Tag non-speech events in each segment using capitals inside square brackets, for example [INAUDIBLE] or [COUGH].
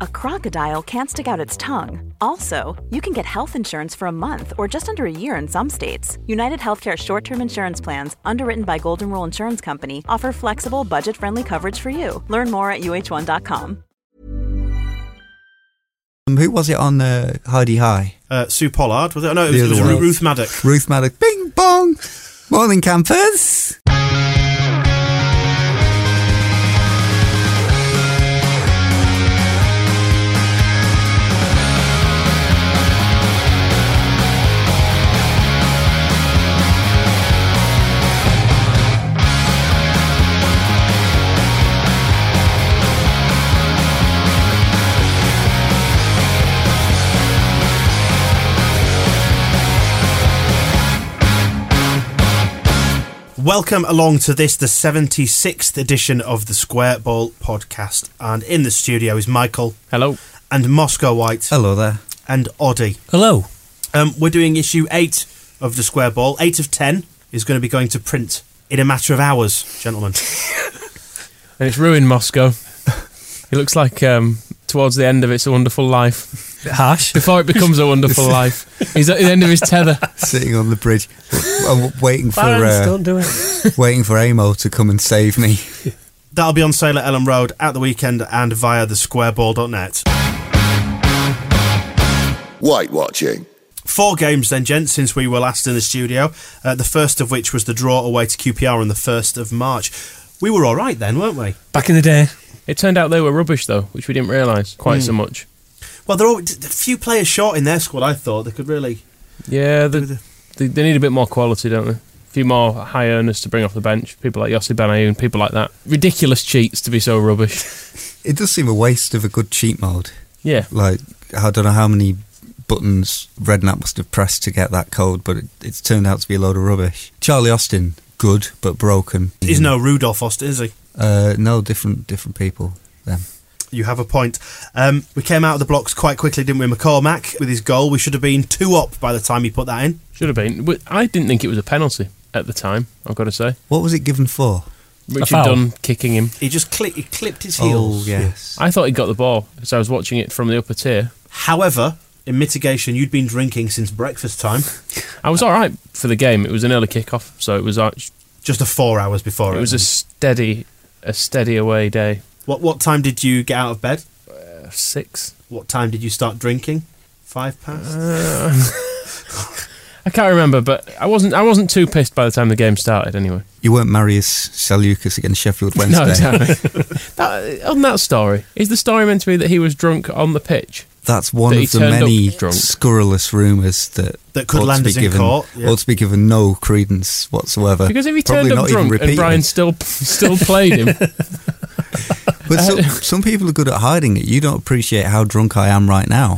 a crocodile can't stick out its tongue. Also, you can get health insurance for a month or just under a year in some states. United Healthcare short term insurance plans, underwritten by Golden Rule Insurance Company, offer flexible, budget friendly coverage for you. Learn more at uh1.com. Um, who was it on uh, Heidi High? Uh, Sue Pollard, was it? No, it The was, it was other Ru- one. Ruth Maddock. Ruth Maddox. Bing bong. Morning, campers. Welcome along to this, the 76th edition of the Square Ball podcast. And in the studio is Michael Hello. and Moscow White Hello there. and Oddie. Hello. Um, we're doing issue 8 of the Square Ball. 8 of 10 is going to be going to print in a matter of hours, gentlemen. And it's ruined Moscow. [LAUGHS] It looks like um, towards the end of It's a Wonderful Life. Harsh. Before it becomes a [LAUGHS] wonderful life, he's at the end of his tether. [LAUGHS] Sitting on the bridge, w- w- waiting for uh, do [LAUGHS] it. waiting for Amo to come and save me. That'll be on sale at Ellen Road at the weekend and via the squareball.net. White watching. Four games then, gents, since we were last in the studio. Uh, the first of which was the draw away to QPR on the 1st of March. We were all right then, weren't we? Back in the day, It turned out they were rubbish, though, which we didn't realise quite so much. Well, they're all, d- d- a few players short in their squad, I thought. They could really. Yeah, the, they, they need a bit more quality, don't they? A few more high earners to bring off the bench. People like Yossi Benayoun, people like that. Ridiculous cheats to be so rubbish. It does seem a waste of a good cheat mode. Yeah. Like I don't know how many buttons Redknapp must have pressed to get that code, but it, it's turned out to be a load of rubbish. Charlie Austin, good but broken. Is no Rudolph Austin, is he? Uh, no, different different people. Then You have a point. Um, we came out of the blocks quite quickly, didn't we? McCormack with his goal. We should have been two up by the time he put that in. Should have been. But I didn't think it was a penalty at the time, I've got to say. what was it given for? Richard foul? Dunn kicking him. He just cli- he clipped his heels. Oh yes. I thought he got the ball because I was watching it from the upper tier. However, in mitigation, you'd been drinking since breakfast time, I was all right for the game. It was an early kickoff, so it was arch- just a four hours before. it was a steady, a steady away day. what what time did you get out of bed? Six. What time did you start drinking? Five past. I can't remember, but I wasn't. I wasn't too pissed by the time the game started. Anyway, [LAUGHS] You weren't Marius Seleucus against Sheffield Wednesday. no, exactly. that, on that story, is the story meant to be that he was drunk on the pitch? That's one That he of the turned up many drunk. scurrilous rumours that That could ought to land be us in given, court, yeah. Ought to be given no credence whatsoever. Because if he Uh, Probably turned up not even drunk and repeated. Brian still still played [LAUGHS] him, But [LAUGHS] some, some people are good at hiding it. You don't appreciate how drunk I am right now.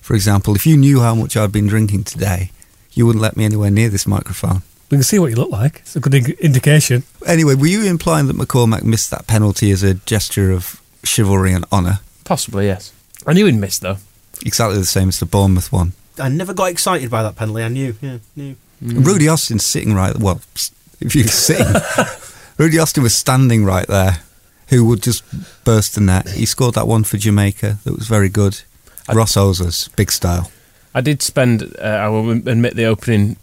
For example, if you knew how much I'd been drinking today, you wouldn't let me anywhere near this microphone. we can see what you look like. It's a good in- indication. Anyway, were you implying that McCormack missed that penalty as a gesture of chivalry and honour? possibly yes. I knew he'd miss though. Exactly the same as the Bournemouth one. I never got excited by that penalty. I knew. Yeah, knew. Rudy Austin's sitting right. Well, if you sitting, Rudy Austin was standing right there. Who would just burst the net? He scored that one for Jamaica. That was very good. Ross Ozers, big style. I did spend. Uh, I will admit the opening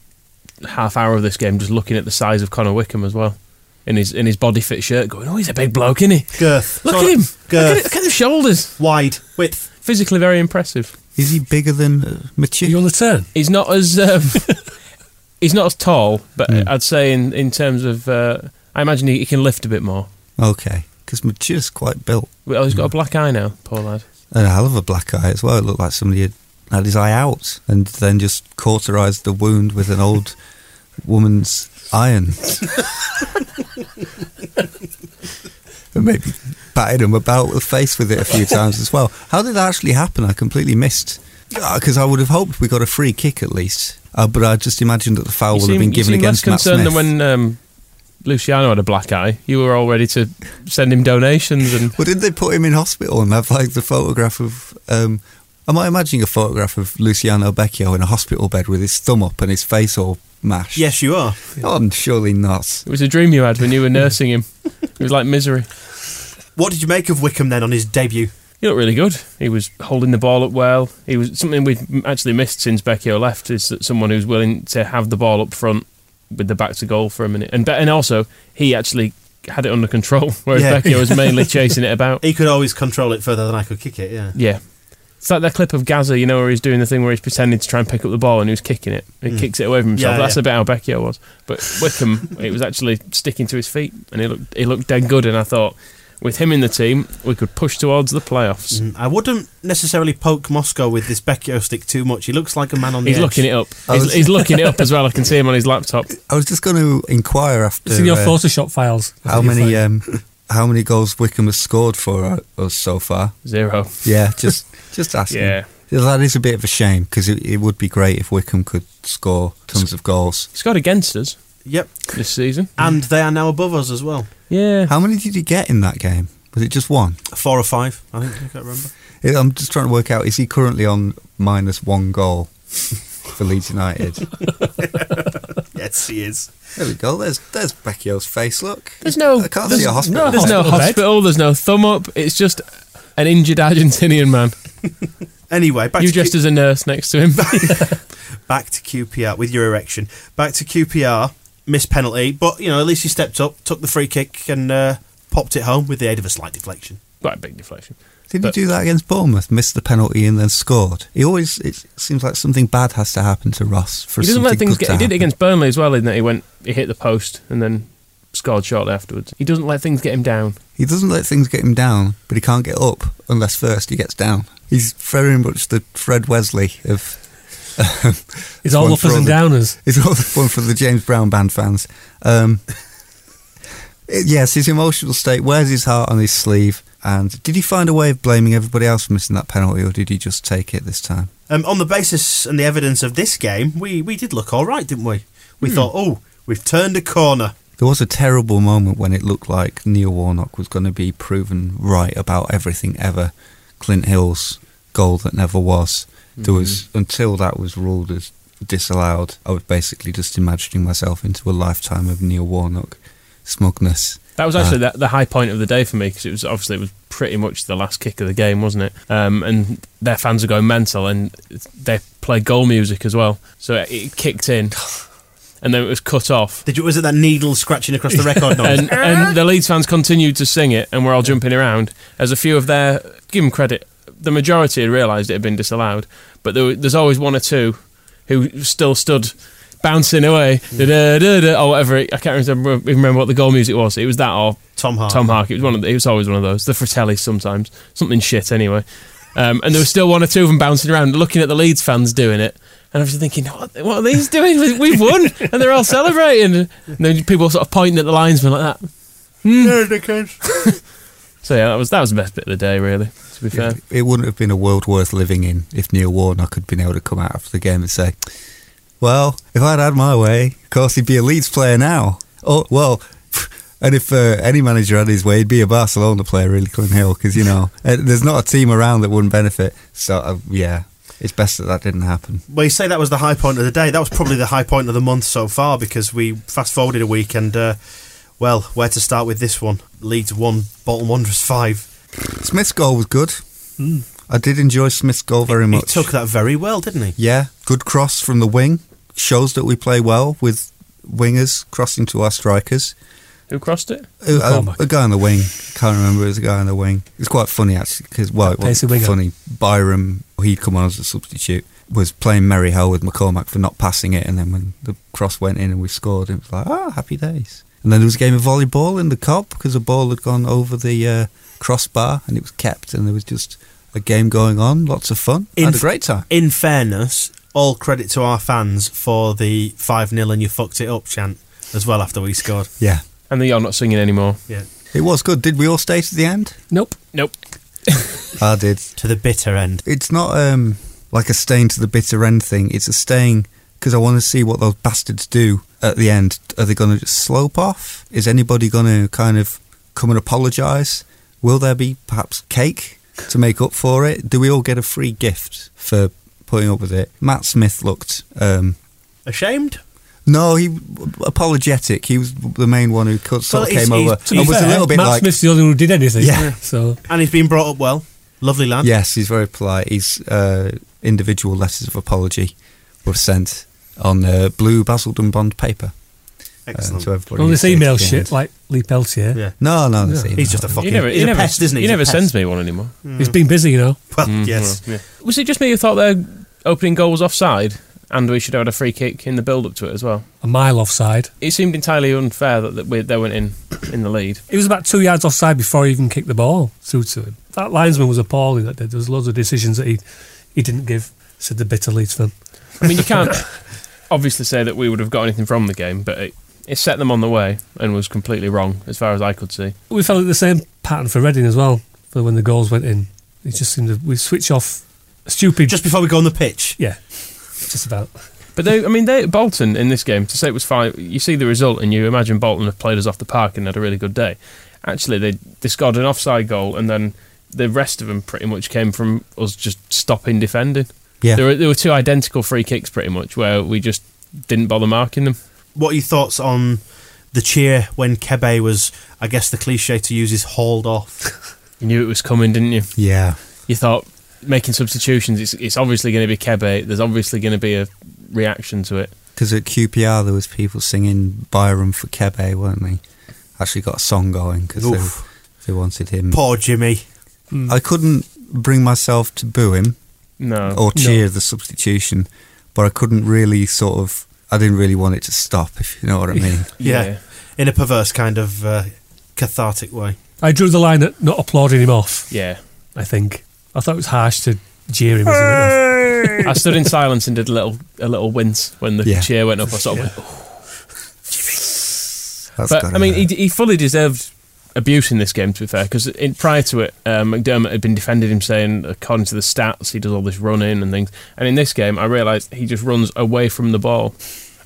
half hour of this game just looking at the size of Connor Wickham as well. In his in his body fit shirt, going, oh, he's a big bloke, isn't he? Girth. Look Sort at of him. Look Girth. at, look at the shoulders. Wide width. Physically very impressive. Is he bigger than uh, Are you on the turn? He's not as um, [LAUGHS] he's not as tall, but I'd say in in terms of uh, I imagine he, he can lift a bit more. Okay, because Mature's quite built. Well, he's got Mm. a black eye now, poor lad. And a hell of a black eye as well. It looked like somebody had had his eye out and then just cauterised the wound [LAUGHS] with an old woman's iron. [LAUGHS] and maybe batted him about the face with it a few times as well. How did that actually happen? I completely missed. Because I would have hoped we got a free kick at least, uh, but I just imagined that the foul would You have seem, Oh, been you given seem less against Matt concerned Smith. than when um, Luciano had a black eye. You were all ready to send him donations and Well, didn't they put him in hospital and have like the photograph of? Um, am I imagining a photograph of Luciano Becchio in a hospital bed with his thumb up and his face all mashed? Yes, you are. Oh, I'm surely not. it was a dream you had when you were nursing him. It was like misery. What did you make of Wickham then on his debut? He looked really good. He was holding the ball up well. He was something we've actually missed since Becchio left is that someone who's willing to have the ball up front with the back to goal for a minute. And Be- and also he actually had it under control, [LAUGHS] whereas Yeah. Becchio was mainly chasing it about. He could always control it further than I could kick it. Yeah. Yeah. It's like that clip of Gaza, you know, where he's doing the thing where he's pretending to try and pick up the ball and he was kicking it. He kicks it away from himself. Yeah, That's yeah. a bit how Becchio was. But Wickham, it was actually sticking to his feet and he looked he looked dead good. And I thought, with him in the team, we could push towards the playoffs. I wouldn't necessarily poke Moscow with this Becchio stick too much. He looks like a man on the He's edge. looking it up. I He's, was- he's looking it up as well. I can see him on his laptop. I was just going to inquire after It's in your uh, Photoshop files. how many um, [LAUGHS] how many goals Wickham has scored for us so far. Zero. Yeah, [LAUGHS] just just asking. Yeah. That is a bit of a shame because it, it would be great if Wickham could score tons of goals. He scored against us Yep. this season. And they are now above us as well. Yeah. How many did he get in that game? Was it just one? Four or five, I think. I [LAUGHS] can't remember. I- I'm just trying to work out is he currently on minus one goal [LAUGHS] for Leeds United? yes, he is. there we go. There's there's Becchio's face. Look, There's no. I can't there's, see a hospital. There's Hospital no bed. hospital. There's no thumb up. It's just an injured Argentinian man. Anyway, back You to dressed as a nurse next to him. [LAUGHS] back to QPR with your erection. Back to QPR, missed penalty, but you know at least he stepped up, took the free kick, and uh, popped it home with the aid of a slight deflection. Quite a big deflection. Did he But- do that against Bournemouth? Missed the penalty and then scored. He always it seems like something bad has to happen to Ross for he doesn't something let things good get. to He did happen. it against Burnley as well, in that he went, he hit the post and then scored shortly afterwards. He doesn't let things get him down. He doesn't let things get him down, but he can't get up unless first he gets down. He's very much the Fred Wesley of. [LAUGHS] It's all One uppers for and the- downers. It's [LAUGHS] all the fun for the James Brown band fans. Um, it- yes, his emotional state wears his heart on his sleeve. And did he find a way of blaming everybody else for missing that penalty, or did he just take it this time? Um, on the basis and the evidence of this game, we, we did look all right, didn't we? We thought, oh, we've turned a corner. There was a terrible moment when it looked like Neil Warnock was going to be proven right about everything ever. Clint Hill's goal that never was. There was until that was ruled as disallowed. I was basically just imagining myself into a lifetime of Neil Warnock smugness. That was actually Ah. the, the high point of the day for me because it was obviously it was pretty much the last kick of the game, wasn't it? Um, and their fans are going mental, and they play goal music as well, so it, it [LAUGHS] kicked in, and then it was cut off. Did you, was it that needle scratching across the [LAUGHS] record noise? And, and the Leeds fans continued to sing it, and we're all jumping around as a few of their give them credit. The majority had realised it had been disallowed, but there, were- there's always one or two who still stood bouncing away, da-da-da-da, or whatever. It, I can't remember, even remember what the goal music was. It was that or Tom Hart. Tom Hark. It was one of. The, it was always one of those. The Fratellis sometimes something shit anyway. Um, and there was still one or two of them bouncing around, looking at the Leeds fans doing it. And I was thinking, what, what are these doing? We- We've won, and they're all celebrating. And then people sort of pointing at the linesman like that. Hmm. [LAUGHS] So yeah, that was that was the best bit of the day, really. To be fair, It wouldn't have been a world worth living in if Neil Warnock had been able to come out after the game and say, "Well, if I'd had my way, of course he'd be a Leeds player now." Oh well, [LAUGHS] and if uh, any manager had his way, he'd be a Barcelona player, really, Clint Hill, because you [LAUGHS] know uh, there's not a team around that wouldn't benefit. So uh, yeah, it's best that that didn't happen. Well, you say that was the high point of the day. That was probably the high point of the month so far because we fast forwarded a week and, uh, well, where to start with this one? Leeds 1, Bolton Wanderers 5. Smith's goal was good. I did enjoy Smith's goal very Hmm. He much. took that very well, didn't he? Yeah, good cross from the wing shows that we play well with wingers crossing to our strikers. who crossed it? A, a- Cormac. uh, a guy on the wing. Can't remember. It was a guy on the wing. It was quite funny actually because well, it That pacey wasn't funny. winger. Byram, he'd come on as a substitute, was playing Merry Hell with McCormack for not passing it, and then when the cross went in and we scored, it was like ah, happy days. And then there was a game of volleyball in the cop because a ball had gone over the uh, crossbar and it was kept, and there was just a game going on. Lots of fun. In Had a f- great time. In fairness, all credit to our fans for the 5 0 and you fucked it up chant as well after we scored. Yeah. And then you're not singing anymore. Yeah. It was good. Did we all stay to the end? Nope. Nope. I did. to the bitter end. It's not um, like a staying to the bitter end thing. It's a staying because I want to see what those bastards do at the end. Are they going to just slope off? Is anybody going to kind of come and apologise? Will there be perhaps cake to make up for it? Do we all get a free gift for putting up with it? Matt Smith looked. Um, Ashamed? no, he apologetic. He was the main one who co- sort Well, of he's- came he's- over to be and was Oh, a fair, little bit Matt like, Smith's the only one who did anything. Yeah. So And he's been brought up well. Lovely lad. Yes, he's very polite. He's uh, individual letters of apology were sent on uh, blue Basildon bond paper uh, Excellent. to everybody. all who this stayed email to the shit, end. like Lee Peltier, Yeah. no, no, this email. He's just a fucking. He never, he he's never, a pest, isn't he? he He's a never pest. sends me one anymore. he's been busy, you know. Well, Mm, yes. well, yeah. Was it just me who thought their opening goal was offside and we should have had a free kick in the build up to it as well? A mile offside. It seemed entirely unfair that, that we, they went in in the lead. He was about two yards offside before he even kicked the ball through to him. That linesman was appalling. That day. there was loads of decisions that he he didn't give. Said the bitter Leeds fan. I mean, you [COUGHS] can't obviously say that we would have got anything from the game, but it, it set them on the way and was completely wrong as far as I could see. We followed the same pattern for Reading as well. For when the goals went in, it just seemed to we switch off. Stupid. Just before we go on the pitch. yeah, just about. But they, I mean, they Bolton in this game to say it was five. You see the result, and you imagine Bolton have played us off the park and had a really good day. Actually, they they scored an offside goal, and then the rest of them pretty much came from us just stopping defending. Yeah. there were, there were two identical free kicks pretty much where we just didn't bother marking them. What are your thoughts on the cheer when Kebe was, I guess the cliche to use is hauled off? [LAUGHS] You knew it was coming, didn't you? yeah. You thought making substitutions, it's it's obviously going to be Kebe. There's obviously going to be a reaction to it. Because at QPR there was people singing Byron for Kebe, weren't they? Actually got a song going because Oof. they, they wanted him. Poor Jimmy. I couldn't bring myself to boo him No, or cheer the substitution, but I couldn't really sort of. I didn't really want it to stop, if you know what I mean. Yeah. Yeah. In a perverse kind of uh, cathartic way. I drew the line at not applauding him off. yeah. I think I thought it was harsh to jeer him as he went off. I stood in silence and did a little a little wince when the Yeah. cheer went up. I sort of went, That's but gotta I mean, hurt. he, he fully deserved abuse in this game. To be fair, because prior to it, uh, McDermott had been defending him, saying according to the stats, he does all this running and things. And in this game, I realised he just runs away from the ball,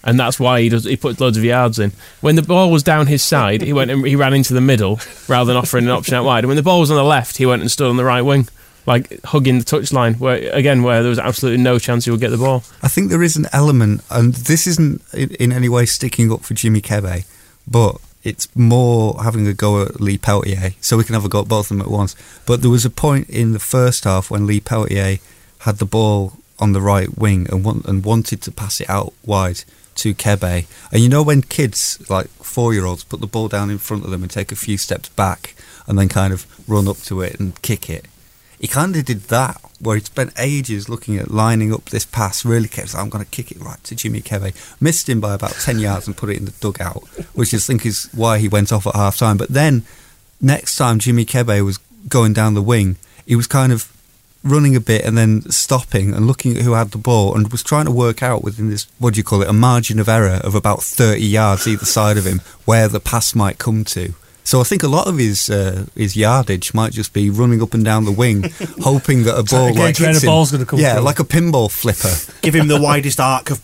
and that's why he does. He puts loads of yards in. When the ball was down his side, he went and he ran into the middle rather than offering an option out wide. And when the ball was on the left, he went and stood on the right wing. Like hugging the touchline, where again, where there was absolutely no chance he would get the ball. I think there is an element, and this isn't in, in any way sticking up for Jimmy Kebe, but it's more having a go at Lee Peltier, so we can have a go at both of them at once. But there was a point in the first half when Lee Peltier had the ball on the right wing and, want, and wanted to pass it out wide to Kebe. And you know when kids, like four-year-olds, put the ball down in front of them and take a few steps back and then kind of run up to it and kick it? he kind of did that where he spent ages looking at lining up this pass really kept saying, i'm going to kick it right to jimmy keve missed him by about 10 yards and put it in the dugout which i think is why he went off at half time but then next time jimmy kebe was going down the wing he was kind of running a bit and then stopping and looking at who had the ball and was trying to work out within this what do you call it a margin of error of about 30 yards either side of him where the pass might come to so I think a lot of his uh, his yardage might just be running up and down the wing, [LAUGHS] hoping that a ball Trying to like gauge where hits the him. ball's gonna come Yeah, from. like a pinball flipper. Give him the widest arc of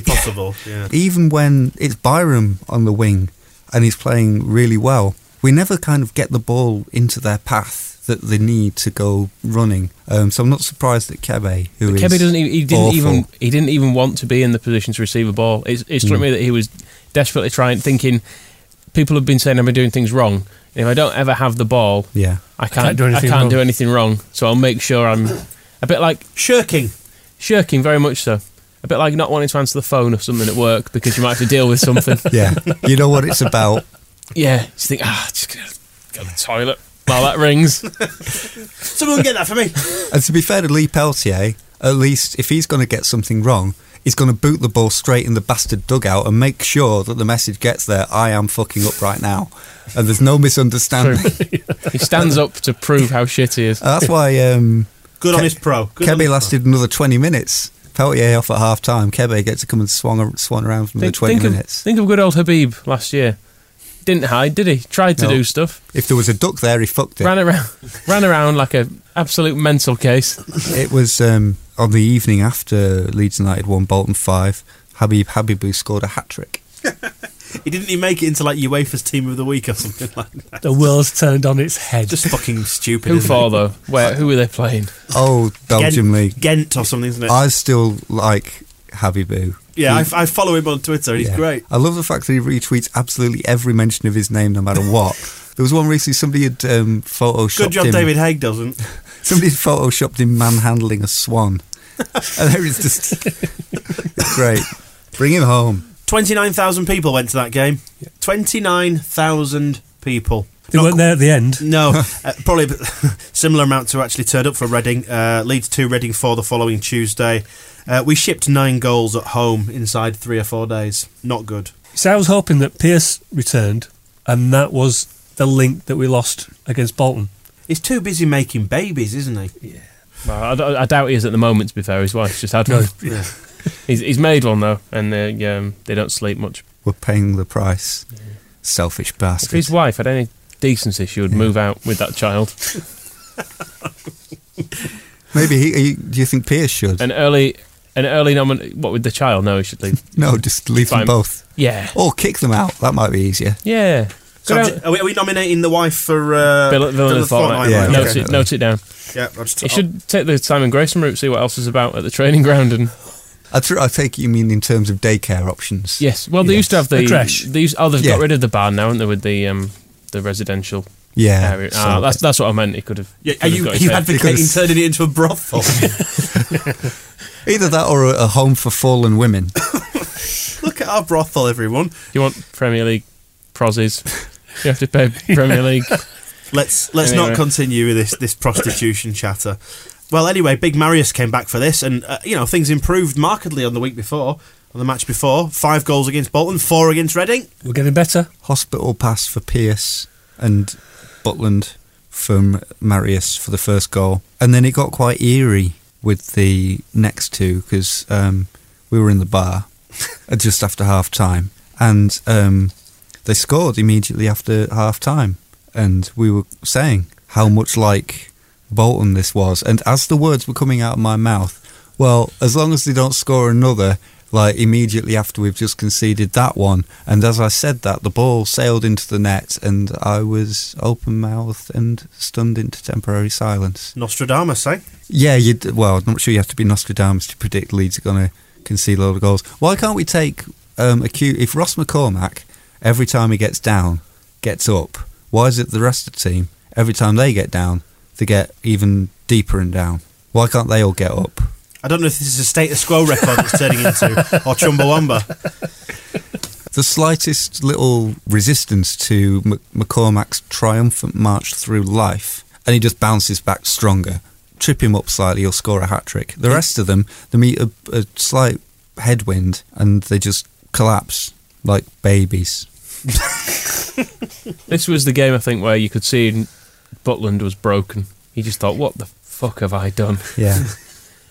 [LAUGHS] possible. Yeah. Even when it's Byram on the wing and he's playing really well, we never kind of get the ball into their path that they need to go running. Um, so I'm not surprised that Kebe, who is Kebe doesn't. e-, He, he didn't awful, even. He didn't even want to be in the position to receive a ball. It, it struck me that he was desperately trying, thinking. People have been saying I've been doing things wrong. If I don't ever have the ball, Yeah. I can't. I can't do anything, wrong. So I'll make sure I'm a bit like Shirking. shirking, very much so. A bit like not wanting to answer the phone or something at work because you might have to deal with [LAUGHS] something. [LAUGHS] Yeah, you know what it's about. yeah, you think ah, just gonna go to the toilet while that rings. Someone get that for me. And to be fair to Lee Peltier, at least if he's going to get something wrong, he's going to boot the ball straight in the bastard dugout and make sure that the message gets there I am fucking up right now. And there's no misunderstanding. he stands up to prove how shit he is. [LAUGHS] That's why um, Good Ke- on his pro. Good on Kebe his lasted another 20 minutes. Peltier off at half time. Kebe gets to come and swan, swan around for another 20 think minutes. Of, think of good old Habib last year. Didn't hide, did he? Tried to No. do stuff. If there was a duck there, he fucked it. Ran around, [LAUGHS] ran around like a absolute mental case. It was um, on the evening after Leeds United won Bolton 5. Habib Habibu scored a hat trick. He didn't he make it into like UEFA's team of the week or something [LAUGHS] like that? The world's turned on its head. Just fucking stupid. Who isn't for it? though? Where? Who were they playing? Oh, Belgium Ghent, League. Ghent or something, isn't it? I still like Habibu. yeah, He- I, f- I follow him on Twitter. He's Yeah. great. I love the fact that he retweets absolutely every mention of his name, no matter what. there was one recently somebody had um, photoshopped Good job, him. David Haig doesn't. Somebody had photoshopped him manhandling a swan, [LAUGHS] and there is just [LAUGHS] it's great. Bring him home. Twenty-nine thousand people went to that game. Twenty-nine thousand people. they Not weren't there at the end. No, [LAUGHS] uh, probably a bit- similar amount to actually turn up for Reading. Uh, Leeds 2, Reading 4 the following Tuesday. Uh, we shipped nine goals at home inside three or four days. Not good. So I was hoping that Pierce returned, and that was the link that we lost against Bolton. He's too busy making babies, isn't he? Well, I d- I, doubt he is at the moment. To be fair, his wife's just had No. one. [LAUGHS] He's, he's made one though, and they, um, they don't sleep much. We're paying the price. Selfish If bastard. his wife had any decency, she would move out with that child. Maybe he, he. Do you think Pierce should? An early, an early nomin. What with the child? No, he should leave. no, just leave Fine. them both, Yeah, or kick them out. That might be easier. yeah. Go So uh, I'm out- ju- are, we, are we nominating the wife for uh, Bill, Bill Bill and of Fortnight? Fortnite. yeah, Right, note, okay. it, note it down. Yeah, I'll just, It should take the Simon Grayson route, see what else is about at the training ground, [LAUGHS] and I, tr- I take it you mean in terms of daycare options. yes. Well, they Yes. used to have the, The crash. They used, oh, they've Yeah. got rid of the barn now, haven't they? With the um, the residential Yeah. area. so- Ah, that's that's what I meant. It could have. Yeah, could are have you, got are his you head. advocating [LAUGHS] Because- turning it into a brothel? [LAUGHS] Either that or a, a home for fallen women. Look at our brothel, everyone. you want Premier League [LAUGHS] prozzies? You have to pay Premier League. Let's let's not Anyway. continue with this this prostitution chatter. Well, anyway, Big Marius came back for this, and uh, you know things improved markedly on the week before, on the match before. Five goals against Bolton, four against Reading. We're getting better. Hospital pass for Pierce and Butland from Marius for the first goal. And then it got quite eerie with the next two because um, we were in the bar [LAUGHS] at just after half time and um, they scored immediately after half time. And we were saying how much like Bolton this was. And as the words were coming out of my mouth, well, as long as they don't score another, like immediately after we've just conceded that one. And as I said that, the ball sailed into the net and I was open mouthed and stunned into temporary silence. Nostradamus, eh? Yeah, you well, I'm not sure you have to be Nostradamus to predict Leeds are going to concede a lot of goals. Why can't we take um, a cue? If Ross McCormack, every time he gets down, gets up, why is it the rest of the team, every time they get down, they get even deeper and down? Why can't they all get up? I don't know if this is a status quo record it's turning into, or Chumbawamba. The slightest little resistance to M- McCormack's triumphant march through life, and he just bounces back stronger. Trip him up slightly, he'll score a hat trick. The rest of them, they meet a, a slight headwind and they just collapse like babies. This was the game I think where you could see Butland was broken. He just thought, "What the fuck have I done?" Yeah. [LAUGHS]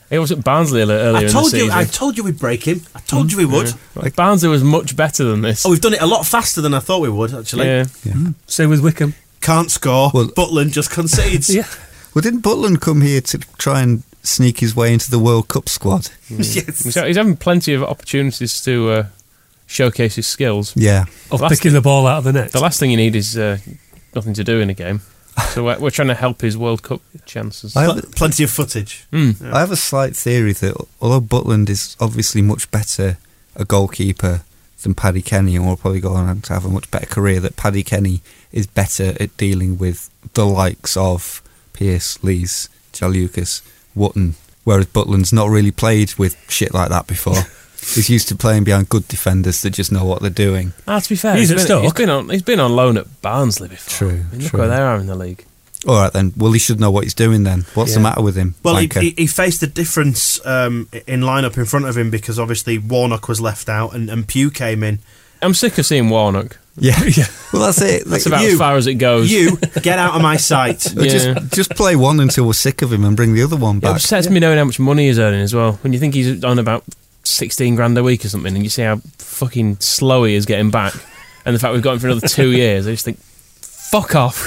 It was at Barnsley earlier I in told the you, season. I told you we'd break him. I told you we would. Like, Barnsley was much better than this. Oh, we've done it a lot faster than I thought we would. Actually, yeah. Same with Wickham. can't score. Well- Butland just concedes. Yeah. well, didn't Butland come here to try and sneak his way into the World Cup squad? [LAUGHS] yes. He's, he's having plenty of opportunities to uh, showcase his skills. Yeah. Of Last- picking the ball out of the net. The last thing you need is uh, nothing to do in a game. So we're, we're trying to help his World Cup chances. I Pl- have, plenty of footage. I have a slight theory that although Butland is obviously much better a goalkeeper than Paddy Kenny, and will probably go on to have a much better career, that Paddy Kenny is better at dealing with the likes of Pierce, Lees, Jalukas, Wotton, whereas Butland's not really played with shit like that before. He's used to playing behind good defenders that just know what they're doing. Ah, to be fair, He's he's at been, he's Stoke. been on he's been on loan at Barnsley True, before. I mean, look true. where they are in the league. All right then. Well, he should know what he's doing then. What's the Yeah. matter with him? Well, he, wanker? he, he faced a difference um, in lineup in front of him because obviously Warnock was left out and, and Pew came in. I'm sick of seeing Warnock. [LAUGHS] yeah, yeah. Well, that's it. That's about you- as far as it goes. You get out of my sight. Oh, Yeah. Just, [LAUGHS] just play one until we're sick of him and bring the other one It back. upsets me knowing how much money he's earning as well. When you think he's on about sixteen grand a week or something, and you see how fucking slow he is getting back, and the fact we've got him for another two [LAUGHS] years, I just think, fuck off.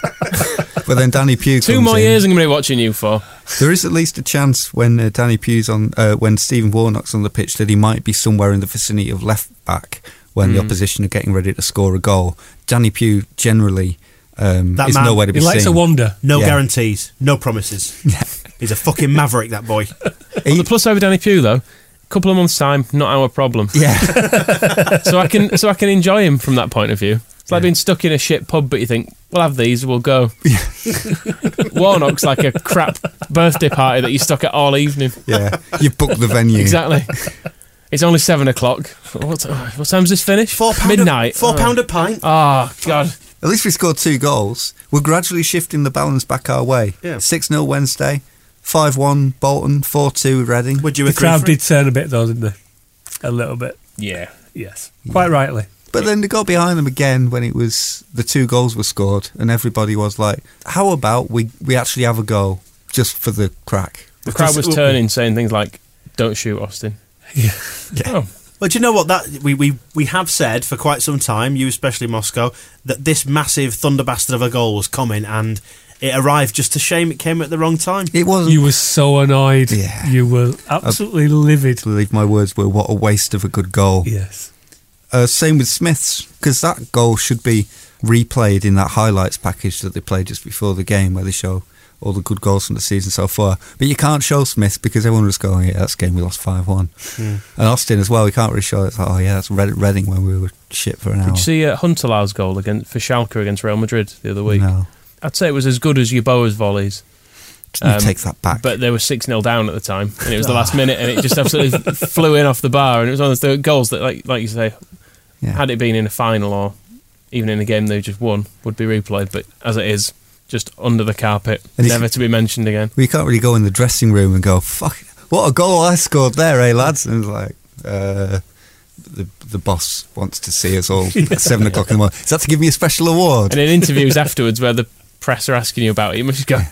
But then Danny Pugh. Two comes more in. years I'm going to be watching you for. There is at least a chance when uh, Danny Pugh's on, uh, when Stephen Warnock's on the pitch, that he might be somewhere in the vicinity of left back when Hmm. the opposition are getting ready to score a goal. Danny Pugh generally um, That is man- nowhere to be He likes seen. to wander. No Yeah. guarantees, no promises. He's a fucking maverick, that boy. On the plus side with Danny Pugh, though, a couple of months' time, not our [LAUGHS] problem. [LAUGHS] yeah, so I can so I can enjoy him from that point of view. It's like being stuck in a shit pub, but you think we'll have these, we'll [LAUGHS] go. Warnock's like a crap birthday party that you stuck at all evening. yeah. You booked the venue. [LAUGHS] Exactly. It's only seven o'clock. What, what time's this finish? Four pound Midnight. A, four Oh. pound a pint. Oh God! At least we scored two goals. We're gradually shifting the balance back our way. Yeah. 6 0 Wednesday, 5 1 Bolton, 4 2 Reading. Would you The agree? crowd Frank? did turn a bit, though, didn't they? A little bit. Yeah. Yes. Quite rightly. But then they got behind them again when it was the two goals were scored, and everybody was like, how about we, we actually have a goal just for the crack? The crowd was Well, turning, saying things like, "Don't shoot Austin." Yeah. Oh, Well, do you know what that we, we we have said for quite some time, you especially Moscow, that this massive thunder bastard of a goal was coming, and it arrived. Just a shame it came at the wrong time. It wasn't. You were so annoyed. Yeah. You were absolutely livid. to leave my words were what a waste of a good goal. Yes. Uh, same with Smith's, because that goal should be replayed in that highlights package that they play just before the game, where they show all the good goals from the season so far. But you can't show Smith because everyone was going, yeah, that's the game we lost 5 1. Hmm. And Austin as well, you can't really show it. It's like, oh, yeah, that's Red- Reading when we were shit for an hour. did you see uh, Huntelaar's goal against for Schalke against Real Madrid the other week? No. I'd say it was as good as Yaboa's volleys. You Um, take that back. But they were 6 0 down at the time, and it was the last minute, and it just absolutely flew in off the bar. And it was one of those goals that, like, like you say, Yeah. had it been in a final or even in a game they just won, would be replayed. But as it is, just under the carpet, And you never can- to be mentioned again. Well, you can't really go in the dressing room and go, "Fuck, what a goal I scored there, eh, lads?" And it's like, uh, the the boss wants to see us all [LAUGHS] at seven o'clock in the morning. Is that to give me a special award? And [LAUGHS] in interviews afterwards, where the press are asking you about it, you must go,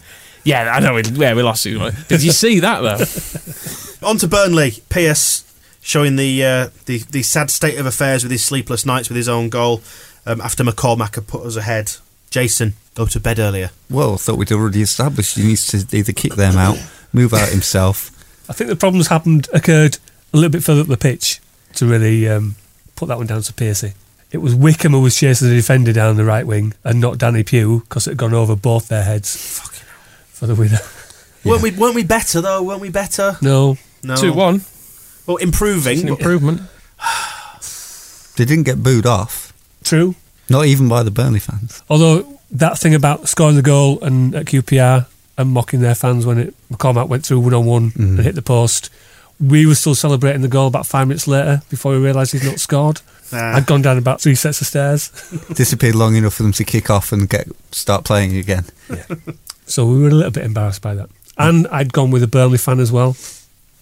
Yeah, I know, we, yeah, we lost. it." Did you see that, though? On to Burnley. Pierce showing the, uh, the the sad state of affairs with his sleepless nights with his own goal um, after McCormack had put us ahead. Jason, go to bed earlier. well, I thought we'd already established he needs to either kick them out, move out himself. I think the problems happened occurred a little bit further up the pitch to really um, put that one down to Piercy. It was Wickham who was chasing the defender down the right wing, and not Danny Pugh because it had gone over both their heads for the winner. Weren't we? Weren't we better though? Weren't we better? No, No. 2 1. Well, It's improving. an but- improvement. They didn't get booed off, true. not even by the Burnley fans. Although that thing about scoring the goal and at QPR and mocking their fans when it McCormack went through one on one and hit the post, we were still celebrating the goal about five minutes later before we realised he'd not scored. Ah. I'd gone down about three sets of stairs. Disappeared long enough for them to kick off and get start playing again. So we were a little bit embarrassed by that. And I'd gone with a Burnley fan as well.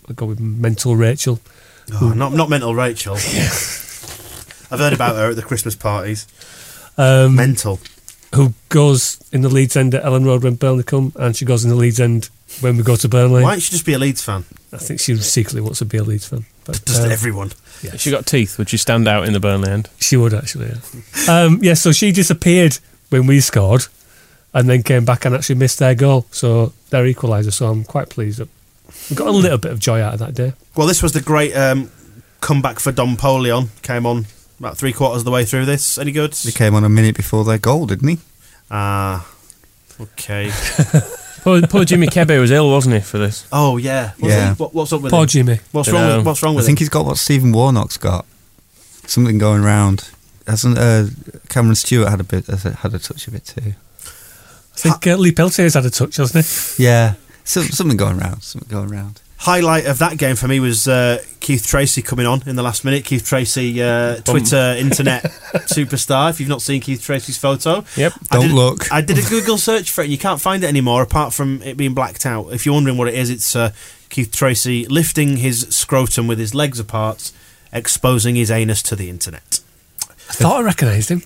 I'd gone with mental Rachel. Oh, not not mental [LAUGHS] Rachel. I've heard about her at the Christmas parties. Um, Mental. who goes in the Leeds end at Ellen Road when Burnley come, and she goes in the Leeds end when we go to Burnley. Why don't you just be a Leeds fan? I think she secretly wants to be a Leeds fan. But, Just uh, everyone. If she got teeth, would she stand out in the Burnley end? She would actually. Yeah. Um, yeah. So she disappeared when we scored, and then came back and actually missed their goal. So their equaliser. So I'm quite pleased that we got a little bit of joy out of that day. Well, this was the great um, comeback for Don Polion. Came on about three quarters of the way through this. Any good? They came on a minute before their goal, didn't he? Ah, okay. Poor, poor Jimmy Kebe was ill, wasn't he, for this? [LAUGHS] Oh yeah. What's, Yeah. What, what's up with Poor him? Jimmy. What's Dunno. wrong? With, what's wrong I with think him? he's got what Stephen Warnock's got. Something going round. Hasn't uh, Cameron Stewart had a bit has had a touch of it too? I think uh, Lee Peltier's had a touch, hasn't he? Yeah, so, something going round. Something going round. Highlight of that game for me was uh, Keith Tracy coming on in the last minute. Keith Tracy, uh, Twitter internet [LAUGHS] superstar. If you've not seen Keith Tracy's photo, Yep. I Don't did- look. I did a Google search for it, and you can't find it anymore, apart from it being blacked out. If you're wondering what it is, it's uh, Keith Tracy lifting his scrotum with his legs apart, exposing his anus to the internet. I thought I recognised him.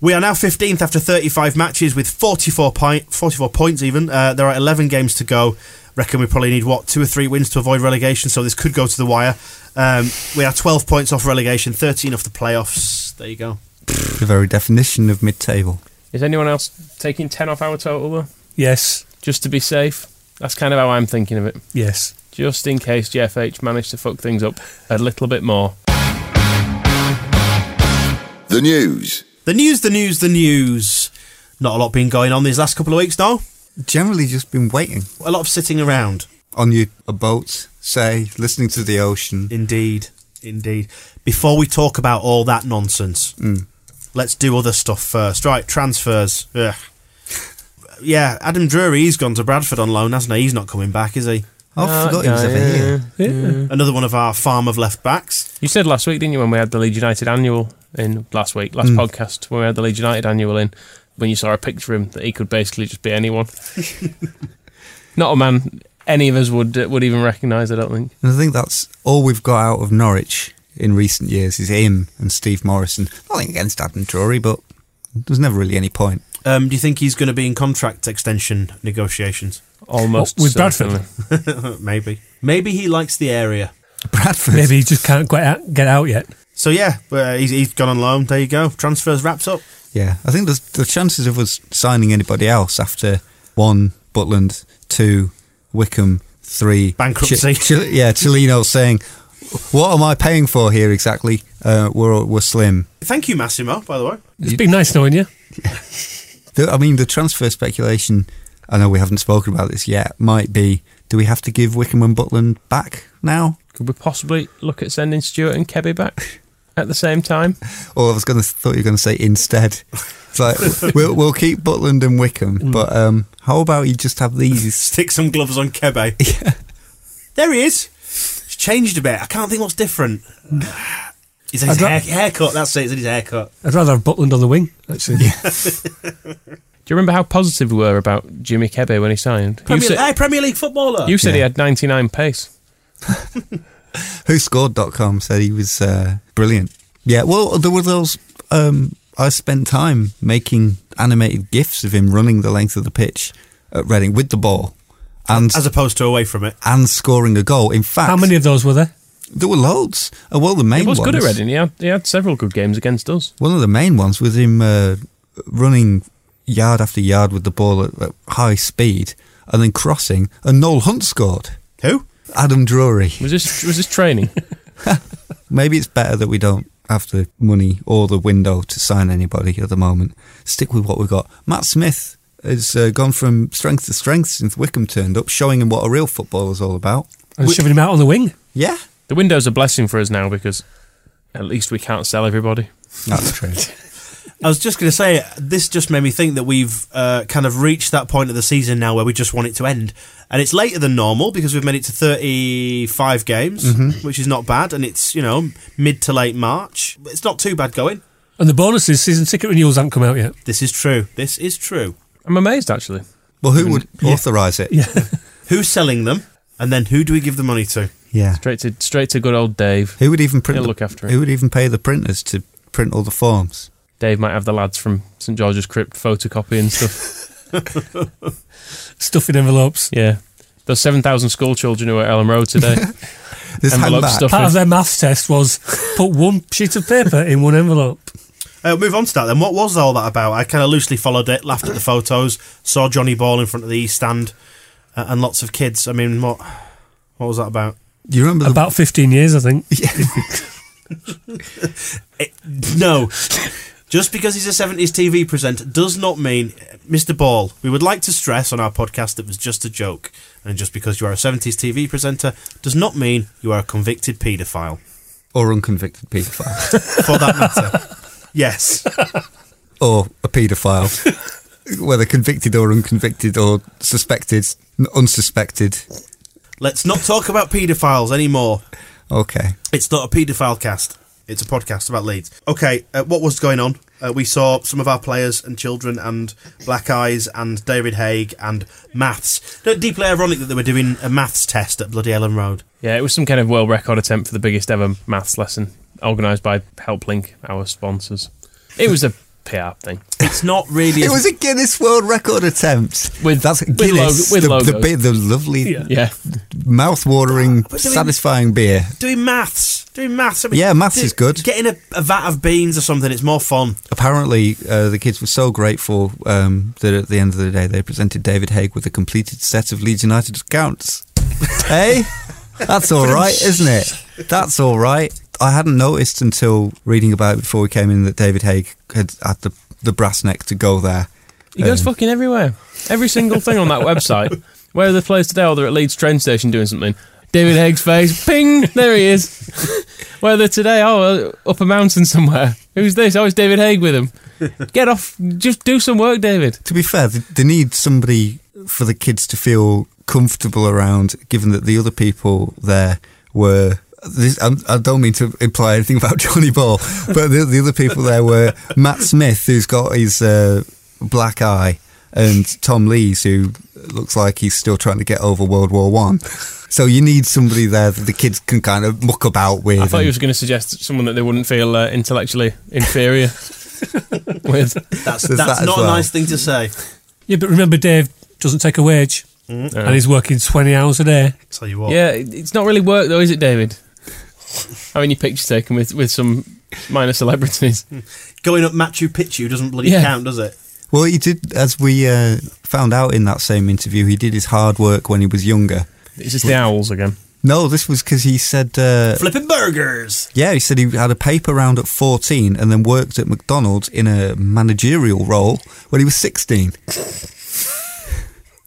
We are now 15th after 35 matches with 44, pi- 44 points, even. Uh, there are 11 games to go. Reckon we probably need, what, two or three wins to avoid relegation, so this could go to the wire. Um, we are 12 points off relegation, 13 off the playoffs. There you go. The very definition of mid table. Is anyone else taking 10 off our total, though? Yes, Just to be safe? That's kind of how I'm thinking of it. yes. Just in case GFH managed to fuck things up a little bit more. The news. The news, the news, the news. Not a lot been going on these last couple of weeks, no? Generally, just been waiting A lot of sitting around. on your a boat, say, listening to the ocean. Indeed. Indeed. Before we talk about all that nonsense, let's do other stuff first. Right, transfers. Ugh. Yeah, Adam Drury, he's gone to Bradford on loan, hasn't he? He's not coming back, is he? Oh, I forgot he was ever here. Yeah. Another one of our farm of left backs. You said last week, didn't you, when we had the Leeds United annual in last week, last Mm. podcast, when we had the Leeds United annual in, when you saw a picture of him, that he could basically just [LAUGHS] be anyone. Not a man any of us would uh, would even recognise, I don't think. And I think that's all we've got out of Norwich in recent years is him and Steve Morrison. Nothing against Adam Drury, but there's never really any point. Um, do you think he's going to be in contract extension negotiations? [LAUGHS] Almost. Oh, with Bradford? certainly. Maybe. Maybe he likes the area. Bradford. Maybe he just can't quite out, get out yet. So, yeah, uh, he's, he's gone on loan. There you go. Transfers wrapped up. Yeah, I think there's the chances of us signing anybody else after one Butland, two Wickham, three Bankruptcy. Chi- Chi- yeah, Chilino saying, "What am I paying for here exactly?" Uh, we're we're slim. Thank you, Massimo, by the way. It's been nice knowing you. The, I mean, the transfer speculation. I know we haven't spoken about this yet. Might be. Do we have to give Wickham and Butland back now? Could we possibly look at sending Stuart and Kebby back at the same time? Or I was going to thought you were going to say instead. It's like [LAUGHS] we'll we'll keep Butland and Wickham, but um, how about you just have these? Stick some gloves on Kebe. There he is. He's changed a bit. I can't think what's different. Is his I'd ra- hair- haircut? That's it. Is his haircut? I'd rather have Butland on the wing, actually. Do you remember how positive we were about Jimmy Kebby when he signed? You, Premier, said- hey, Premier League footballer. you said he Yeah. had 99 pace. Who scored.com said he was uh, brilliant. Yeah, well, there were those. Um, I spent time making animated gifs of him running the length of the pitch at Reading with the ball and as opposed to away from it. and scoring a goal. In fact, How many of those were there? There were loads. Uh, well, the main He was ones, good at Reading. He had, he had several good games against us. One of the main ones was him uh, running yard after yard with the ball at, at high speed and then crossing. And Noel Hunt scored. Who? Adam Drury. Was this was this [LAUGHS] training? Maybe it's better that we don't have the money or the window to sign anybody at the moment. Stick with what we've got. Matt Smith has uh, gone from strength to strength since Wickham turned up, showing him what a real football is all about. And shoving him out on the wing? Yeah, the window's a blessing for us now because at least we can't sell everybody. that's true. I was just going to say this. Just made me think that we've uh, kind of reached that point of the season now where we just want it to end, and it's later than normal because we've made it to thirty-five games, which is not bad, and it's you know mid to late March. It's not too bad going. And the bonuses, season ticket renewals haven't come out yet. This is true. This is true. I'm amazed actually. Well, who would authorise it? Yeah. Who's selling them, and then who do we give the money to? Yeah. Straight to straight to good old Dave. Who would even print? He'll the- look after it. Who would even pay the printers to print all the forms? Dave might have the lads from St George's Crypt photocopying stuff. Stuffing envelopes. [LAUGHS] yeah. Those 7,000 school children who are at Ellen Road [LAUGHS] today. This Envelope handbag- stuff. Part of their maths test was put one sheet of paper in one envelope. Uh, move on to that then. What was all that about? I kind of loosely followed it, laughed at the photos, saw Johnny Ball in front of the East Stand, uh, and lots of kids. I mean, what what was that about? [LAUGHS] You remember the, About 15 years, I think. It, no. Just because he's a 70s TV presenter does not mean, Mr. Ball, we would like to stress on our podcast it was just a joke. And just because you are a 70s TV presenter does not mean you are a convicted paedophile. or unconvicted paedophile [LAUGHS] For that matter. yes. or a paedophile, [LAUGHS] whether convicted or unconvicted or suspected, n- unsuspected. Let's not talk about paedophiles anymore. Okay. It's not a paedophile cast. It's a podcast about Leeds. Okay, uh, what was going on? Uh, we saw some of our players and children and Black Eyes and David Haig and maths. No, deeply ironic that they were doing a maths test at bloody Ellen Road. yeah, it was some kind of world record attempt for the biggest ever maths lesson organised by HelpLink, our sponsors. It was a PR thing. It's not [LAUGHS] really. It as- was a Guinness World Record attempt. With- that's with Guinness, logo- with the, the, logos. bit- the lovely, Yeah. Yeah, mouth-watering, But doing- satisfying beer. doing maths. Doing maths. I Yeah, maths di- is good. Getting a, a vat of beans or something, it's more fun. Apparently, uh, the kids were so grateful um, that at the end of the day, they presented David Haig with a completed set of Leeds United accounts. [LAUGHS] hey, that's all right, isn't it? That's all right. I hadn't noticed until reading about it before we came in that David Haig had had the, the brass neck to go there. he goes Um, fucking everywhere. Every single thing on that website. Where are the players today? Oh, they're at Leeds train station doing something. David Haig's face, ping, there he is. Where are they today? Oh, uh, up a mountain somewhere. Who's this? Oh, it's David Haig with him. Get off, just do some work, David. To be fair, th- they need somebody for the kids to feel comfortable around, given that the other people there were. This, I, I don't mean to imply anything about [LAUGHS] Johnny Ball, but the, the other people there were Matt Smith, who's got his uh, black eye, and Tom Lees, who looks like he's still trying to get over World War One. So you need somebody there that the kids can kind of muck about with. I thought and- you was going to suggest someone that they wouldn't feel uh, intellectually inferior [LAUGHS] with. There's That's, that's that as not a well. nice thing to say. Yeah, but remember, Dave doesn't take a wage, and he's working twenty hours a day. Tell you what. Yeah, it- it's not really work though, is it, David? Having your pictures taken with, with some minor celebrities. Going up Machu Picchu doesn't bloody Yeah. count, does it? Well, he did, as we uh, found out in that same interview, he did his hard work when he was younger. It's just the owls again. No, this was because he said, uh, Flipping burgers. yeah, he said he had a paper round at 14 and then worked at McDonald's in a managerial role when he was 16.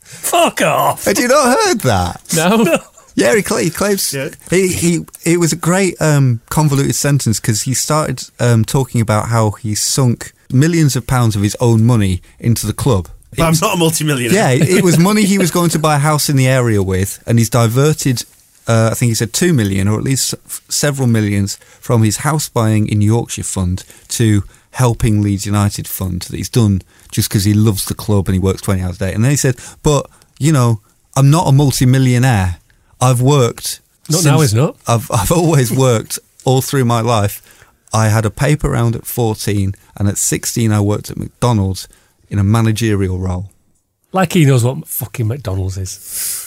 Fuck off! Had you not heard that? No? Yeah, he, cla he claims Yeah. he, he it was a great um, convoluted sentence because he started um, talking about how he sunk millions of pounds of his own money into the club. But I'm not a multimillionaire. Yeah, it it was money he was going to buy a house in the area with, and he's diverted. Uh, I think he said two million, or at least f- several millions, from his house buying in Yorkshire fund to helping Leeds United fund that he's done just because he loves the club and he works twenty hours a day. And then he said, "But you know, I'm not a multi-millionaire. I've worked. Not now, since- he's not. I've [LAUGHS] I've always worked all through my life. I had a paper round at 14, and at 16, I worked at McDonald's in a managerial role." Like he knows what fucking McDonald's is.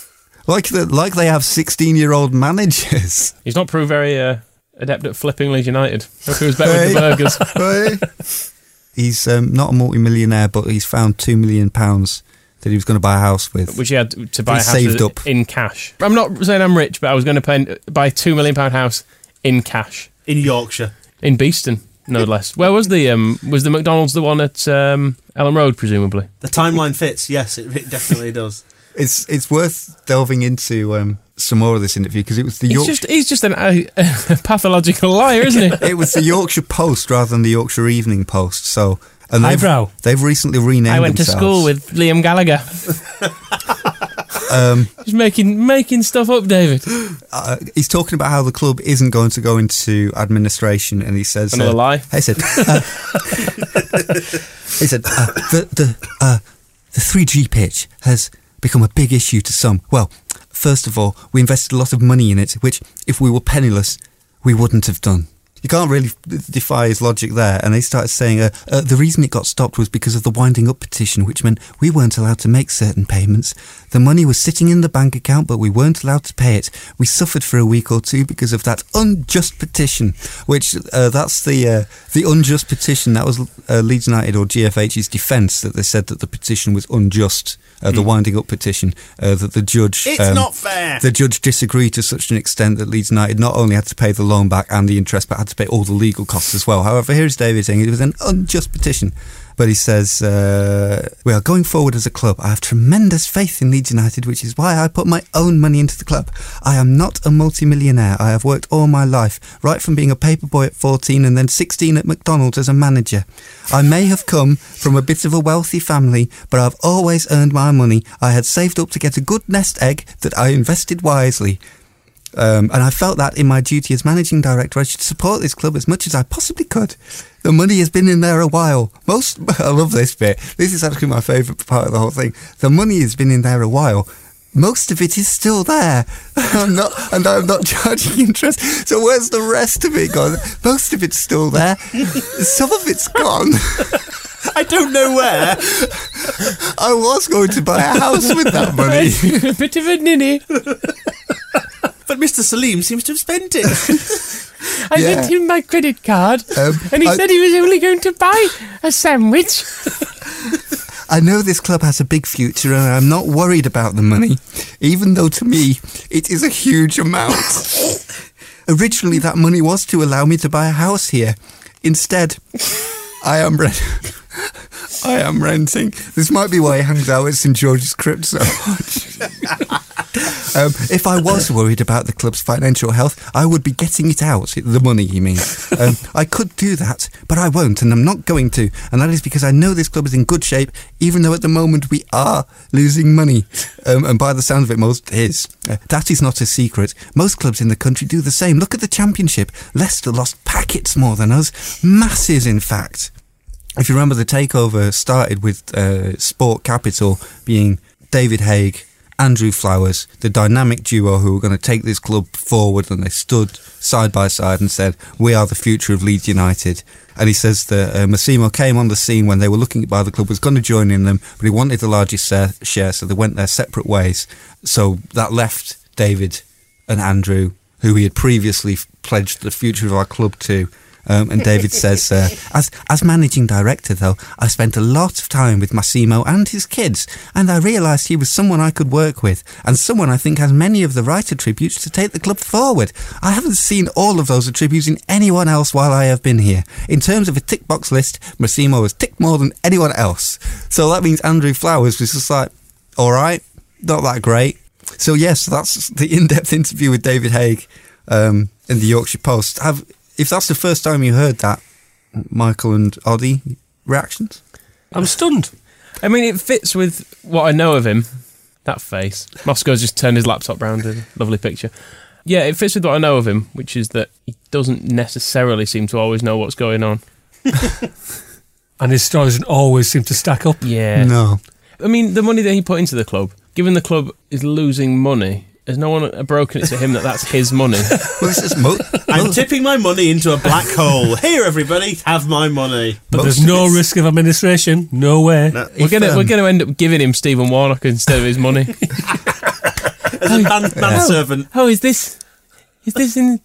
Like the, like they have sixteen year old [LAUGHS] managers. He's not proved very uh, adept at flipping Leeds United. Hope he was better with the Hey. burgers. he's um, not a multimillionaire, but he's found two million pounds that he was going to buy a house with. Which he had to buy He a house saved with- up. in cash. I'm not saying I'm rich, but I was going to pay, buy a £2 million house in cash. In Yorkshire. In Beeston, no less. Where was the um, was the McDonald's the one at um, Ellen Road, presumably? The timeline fits. Yes, it, it definitely does. It's it's worth delving into um, some more of this interview because it was the He's Yorkshire, just he's just an, a, a [LAUGHS] pathological liar, [LAUGHS] isn't he? it was the Yorkshire Post rather than the Yorkshire Evening Post. So and they've, Eyebrow. they've recently renamed. I went to themselves. school with Liam [LAUGHS] Gallagher. Um, Just making making stuff up, [LAUGHS] David. uh, he's talking about how the club isn't going to go into administration, and he says Another uh, lie. He said, [LAUGHS] uh, he said uh, the the uh, the three G pitch has become a big issue to some. Well, first of all, we invested a lot of money in it, which if we were penniless, we wouldn't have done. You can't really defy his logic there. And they started saying uh, uh, the reason it got stopped was because of the winding up petition, which meant we weren't allowed to make certain payments. The money was sitting in the bank account, but we weren't allowed to pay it. We suffered for a week or two because of that unjust petition, which uh, that's the uh, the unjust petition. That was uh, Leeds United or GFH's defence that they said that the petition was unjust, uh, the winding up petition, uh, that the judge. Hmm. It's Um, not fair. The judge disagreed to such an extent that Leeds United not only had to pay the loan back and the interest, but had to pay all the legal costs as well. However, here's David saying it was an unjust petition. But he says, uh, We are going forward as a club. I have tremendous faith in Leeds United, which is why I put my own money into the club. I am not a multimillionaire. I have worked all my life, right from being a paperboy at 14 and then 16 at McDonald's as a manager. I may have come from a bit of a wealthy family, but I've always earned my money. I had saved up to get a good nest egg that I invested wisely. Um, and I felt that in my duty as managing director, I should support this club as much as I possibly could. The money has been in there a while. Most, [LAUGHS] I love this bit. This is actually my favourite part of the whole thing. The money has been in there a while. most of it is still there. [LAUGHS] I'm not, and I'm not [LAUGHS] charging interest. So where's the rest of it gone? Most of it's still [LAUGHS] there. Some of it's gone. I don't know where. [LAUGHS] I was going to buy a house with [LAUGHS] that money. a bit of a ninny. But Mr. Salim seems to have spent it. I Yeah. lent him my credit card, Um, and he I- said he was only going to buy a sandwich. I know this club has a big future, and I'm not worried about the money, even though to me it is a huge amount. Originally, that money was to allow me to buy a house here. Instead, I am rent. [LAUGHS] I am renting. This might be why he hangs out at St George's Crypt so much. um, if I was worried about the club's financial health, I would be getting it out. The money, you mean? Um, I could do that, but I won't, and I'm not going to. And that is because I know this club is in good shape, even though at the moment we are losing money. Um, and by the sound of it, most is. Uh, that is not a secret. Most clubs in the country do the same. Look at the championship. Leicester lost packets more than us, masses, in fact if you remember, the takeover started with uh, Sport Capital being David Haig, Andrew Flowers, the dynamic duo who were going to take this club forward, and they stood side by side and said, "We are the future of Leeds United." And he says that uh, Massimo came on the scene when they were looking at buy the club, was going to join in them, but he wanted the largest sa- share, so they went their separate ways. So that left David and Andrew, who he had previously f- pledged the future of our club to. Um, and David says, uh, as, as managing director, though, I spent a lot of time with Massimo and his kids, and I realised he was someone I could work with, and someone I think has many of the right attributes to take the club forward. I haven't seen all of those attributes in anyone else while I have been here. In terms of a tick box list, Massimo has ticked more than anyone else. So that means Andrew Flowers was just like, all right, not that great. So yes, that's the in-depth interview with David Haig um, in the Yorkshire Post. Have if that's the first time you heard that, Michael and Oddie reactions? I'm stunned. I mean, it fits with what I know of him. That face. Moscow's just turned his laptop round. A lovely picture. Yeah, it fits with what I know of him, which is that he doesn't necessarily seem to always know what's going on. And his stories don't always seem to stack up. Yeah. No, I mean, the money that he put into the club, given the club is losing money, has no one broken it to him that that's [LAUGHS] his money? well, this is [LAUGHS] mo- [LAUGHS] I'm mo- tipping my money into a black hole. Here, everybody, have my money. But Most there's of no it's- risk of administration. No way. we're If, gonna um, we're gonna end up giving him Stephen Warnock instead of his money. As a man, manservant. oh, is this? Is this in?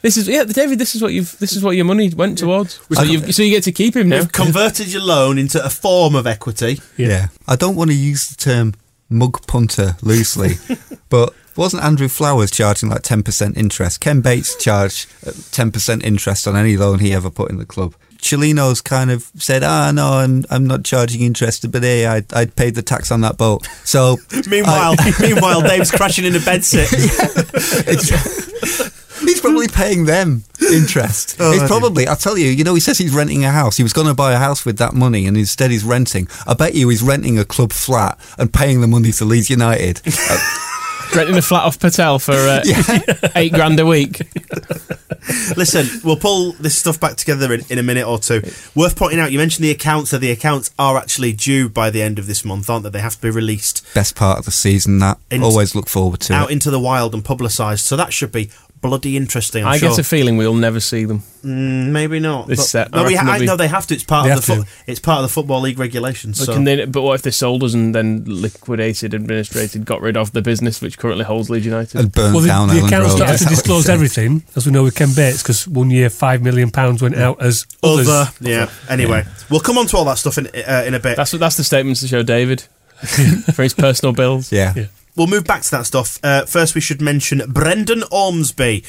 This is yeah, David. This is what you've. This is what your money went towards. So, you've, so you get to keep him now. You've converted your loan into a form of equity. yeah. I don't want to use the term mug punter loosely, but wasn't Andrew Flowers charging like ten percent interest? Ken Bates charged uh, ten percent interest on any loan he ever put in the club. Chilino's kind of said, "Ah, no, I'm I'm not charging interest, but hey, I I paid the tax on that boat." So Meanwhile, [LAUGHS] meanwhile, Dave's crashing in a bedsit. [LAUGHS] He's probably paying them interest. he's probably, I'll tell you, you know, he says he's renting a house. He was going to buy a house with that money and instead he's renting. I bet you he's renting a club flat and paying the money to Leeds United. [LAUGHS] renting a flat off Patel for [LAUGHS] uh, [LAUGHS] eight grand a week. Listen, we'll pull this stuff back together in, in a minute or two. Worth pointing out, you mentioned the accounts, so the accounts are actually due by the end of this month, aren't they? They have to be released Best part of the season, that. Int- Always look forward to out it. into the wild and publicised, so that should be bloody interesting. I'm I sure. get a feeling we'll never see them. Maybe not. This but- set, I No, we reckon ha- they'll I- be- no, they have to. It's part They of the have fo- it's part of the football league regulations. But so- can they? But what if they sold us and then liquidated, administrated, got rid of the business which currently holds Leeds United? And burn Well, the, down the Island accounts Road. don't have That's to what he disclose said. everything, as we know with Ken Bates, because one year five million pounds went out as others. other, yeah. Anyway, we'll come on to all that stuff in uh, in a bit. that's what, that's the statements to show [LAUGHS] David for his personal bills. Yeah. Yeah. we'll move back to that stuff. Uh, first, we should mention Brendan Ormsby.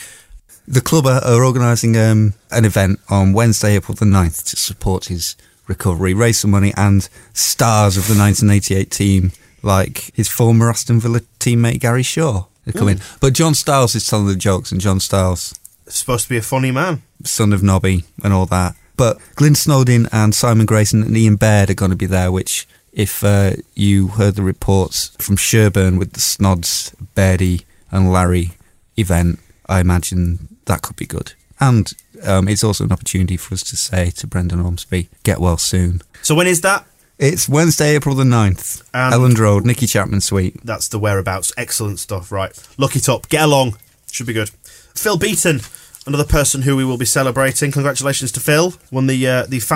The club are, are organising um, an event on Wednesday, April the 9th to support his recovery, raise some money, and stars of the 1988 team, like his former Aston Villa teammate Gary Shaw, are coming. But John Stiles is telling the jokes, and John Stiles, Supposed to be a funny man. son of Nobby, and all that. But Glyn Snowden and Simon Grayson and Ian Baird are going to be there, which, if uh, you heard the reports from Sherburne with the Snods, Bairdy, and Larry event, I imagine that could be good. And um, it's also an opportunity for us to say to Brendan Ormsby, get well soon. So when is that? It's Wednesday, April the 9th. And- Elland Road, Nicky Chapman Suite. That's the whereabouts. Excellent stuff. Right. Look it up. Get along. Should be good. Phil Beaton, another person who we will be celebrating. Congratulations to Phil. Won the uh, the fa-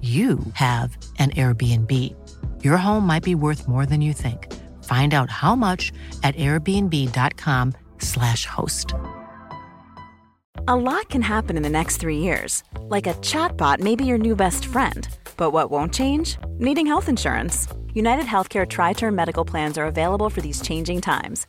you have an Airbnb. Your home might be worth more than you think. Find out how much at airbnb.com/slash host. A lot can happen in the next three years. Like a chatbot may be your new best friend. But what won't change? Needing health insurance. United Healthcare Tri Term Medical Plans are available for these changing times.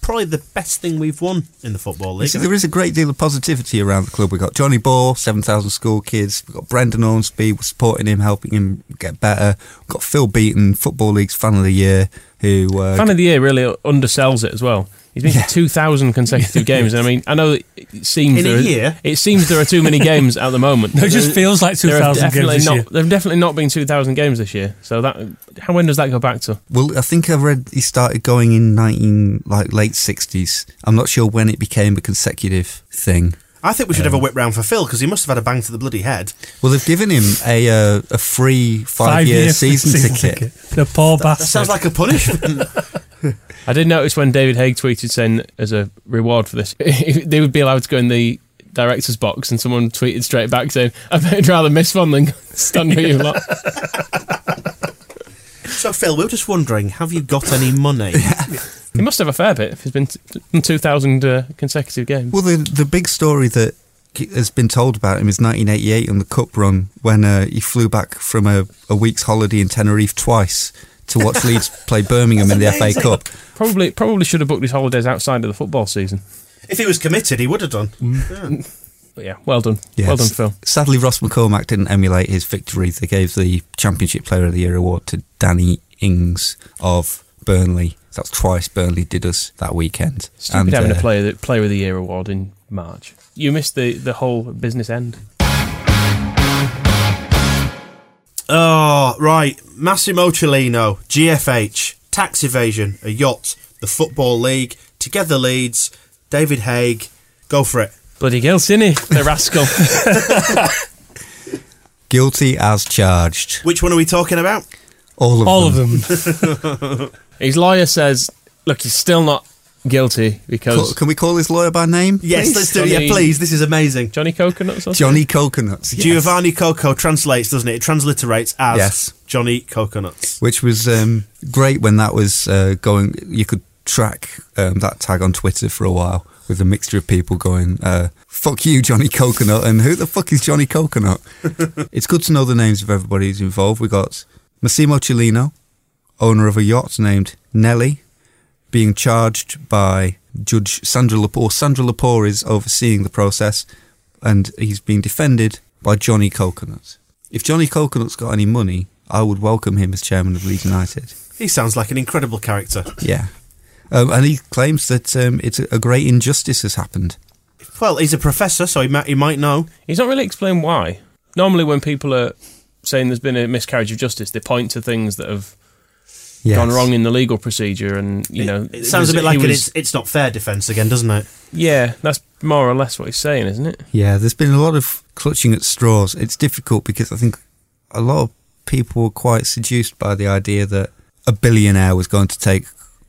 probably the best thing we've won in the Football You League. see, there is a great deal of positivity around the club. We've got Johnny Ball, 7,000 school kids. We've got Brendan Ormsby, we're supporting him, helping him get better. We've got Phil Beaton, Football League's Fan of the Year, who. Uh, Fan of the year really undersells it as well. He's been Yeah. [LAUGHS] to 2,000 consecutive games, and I mean, I know that it seems In a there are- year? it seems there are too many games at the moment. No, [LAUGHS] it just feels like There have 2,000 games definitely this not, year. There have definitely not been 2,000 games this year. So that how when does that go back to? Well, I think I read he started going in 19, like late 60s. I'm not sure when it became a consecutive thing. I think we should have a whip round for Phil because he must have had a bang to the bloody head. Well, they've given him a uh, a free five, year, [LAUGHS] season, ticket. The poor That bastard. sounds like a punishment. I did notice when David Haig tweeted saying that as a reward for this, [LAUGHS] they would be allowed to go in the director's box, and someone tweeted straight back saying, "I'd rather miss one [LAUGHS] than stand for [LAUGHS] you lot." so, Phil, we were just wondering have you got any [LAUGHS] money? He must have a fair bit if he's been t- done 2,000 uh, consecutive games. Well, the the big story that ki- has been told about him is 1988 on the Cup run when uh, he flew back from a, a week's holiday in Tenerife twice to [LAUGHS] watch Leeds play Birmingham in the FA Cup. Probably, probably should have booked his holidays outside of the football season. If he was committed, he would have done. Yeah. But yeah, well done, Yes. well done, Phil. Sadly, Ross McCormack didn't emulate his victory. They gave the Championship Player of the Year award to Danny Ings of Burnley. That's twice Burnley did us that weekend. Stupid And, having uh, a player player of the year award in March. You missed the, the whole business end. Oh, right. Massimo Cellino, GFH, tax evasion, a yacht, the Football League, Together Leeds, David Haig. Go for it. Bloody guilt, innit? [LAUGHS] The rascal. Guilty as charged. Which one are we talking about? All of All them. of them. [LAUGHS] his lawyer says, "Look, he's still not guilty Ca- because Can we call his lawyer by name? Yes, Please, let's do it. Johnny. Yeah, please. This is amazing. Johnny Coconuts." Or Johnny Coconuts. yes. Giovanni Coco translates, doesn't it? It transliterates as Yes. Johnny Coconuts. which was um, great when that was uh, going. You could track um, that tag on Twitter for a while with a mixture of people going, uh, "Fuck you, Johnny Coconut," and "Who the fuck is Johnny Coconut?" it's good to know the names of everybody who's involved. We got Massimo Cellino, owner of a yacht named Nelly, being charged by Judge Sandra Lepore. Sandra Lepore is overseeing the process, and he's being defended by Johnny Coconut. If Johnny Coconut's got any money, I would welcome him as chairman of Leeds United. He sounds like an incredible character. Yeah. Um, and he claims that um, it's a a great injustice has happened. Well, he's a professor, so he might, he might know. He's not really explained why. Normally, when people are saying there's been a miscarriage of justice, they point to things that have Yes. gone wrong in the legal procedure, and you It- know it, sounds was- a bit he like an was- it's, it's not fair defense again, doesn't it? Yeah, that's more or less what he's saying, isn't it? Yeah, there's been a lot of clutching at straws. It's difficult because I think a lot of people were quite seduced by the idea that a billionaire was going to take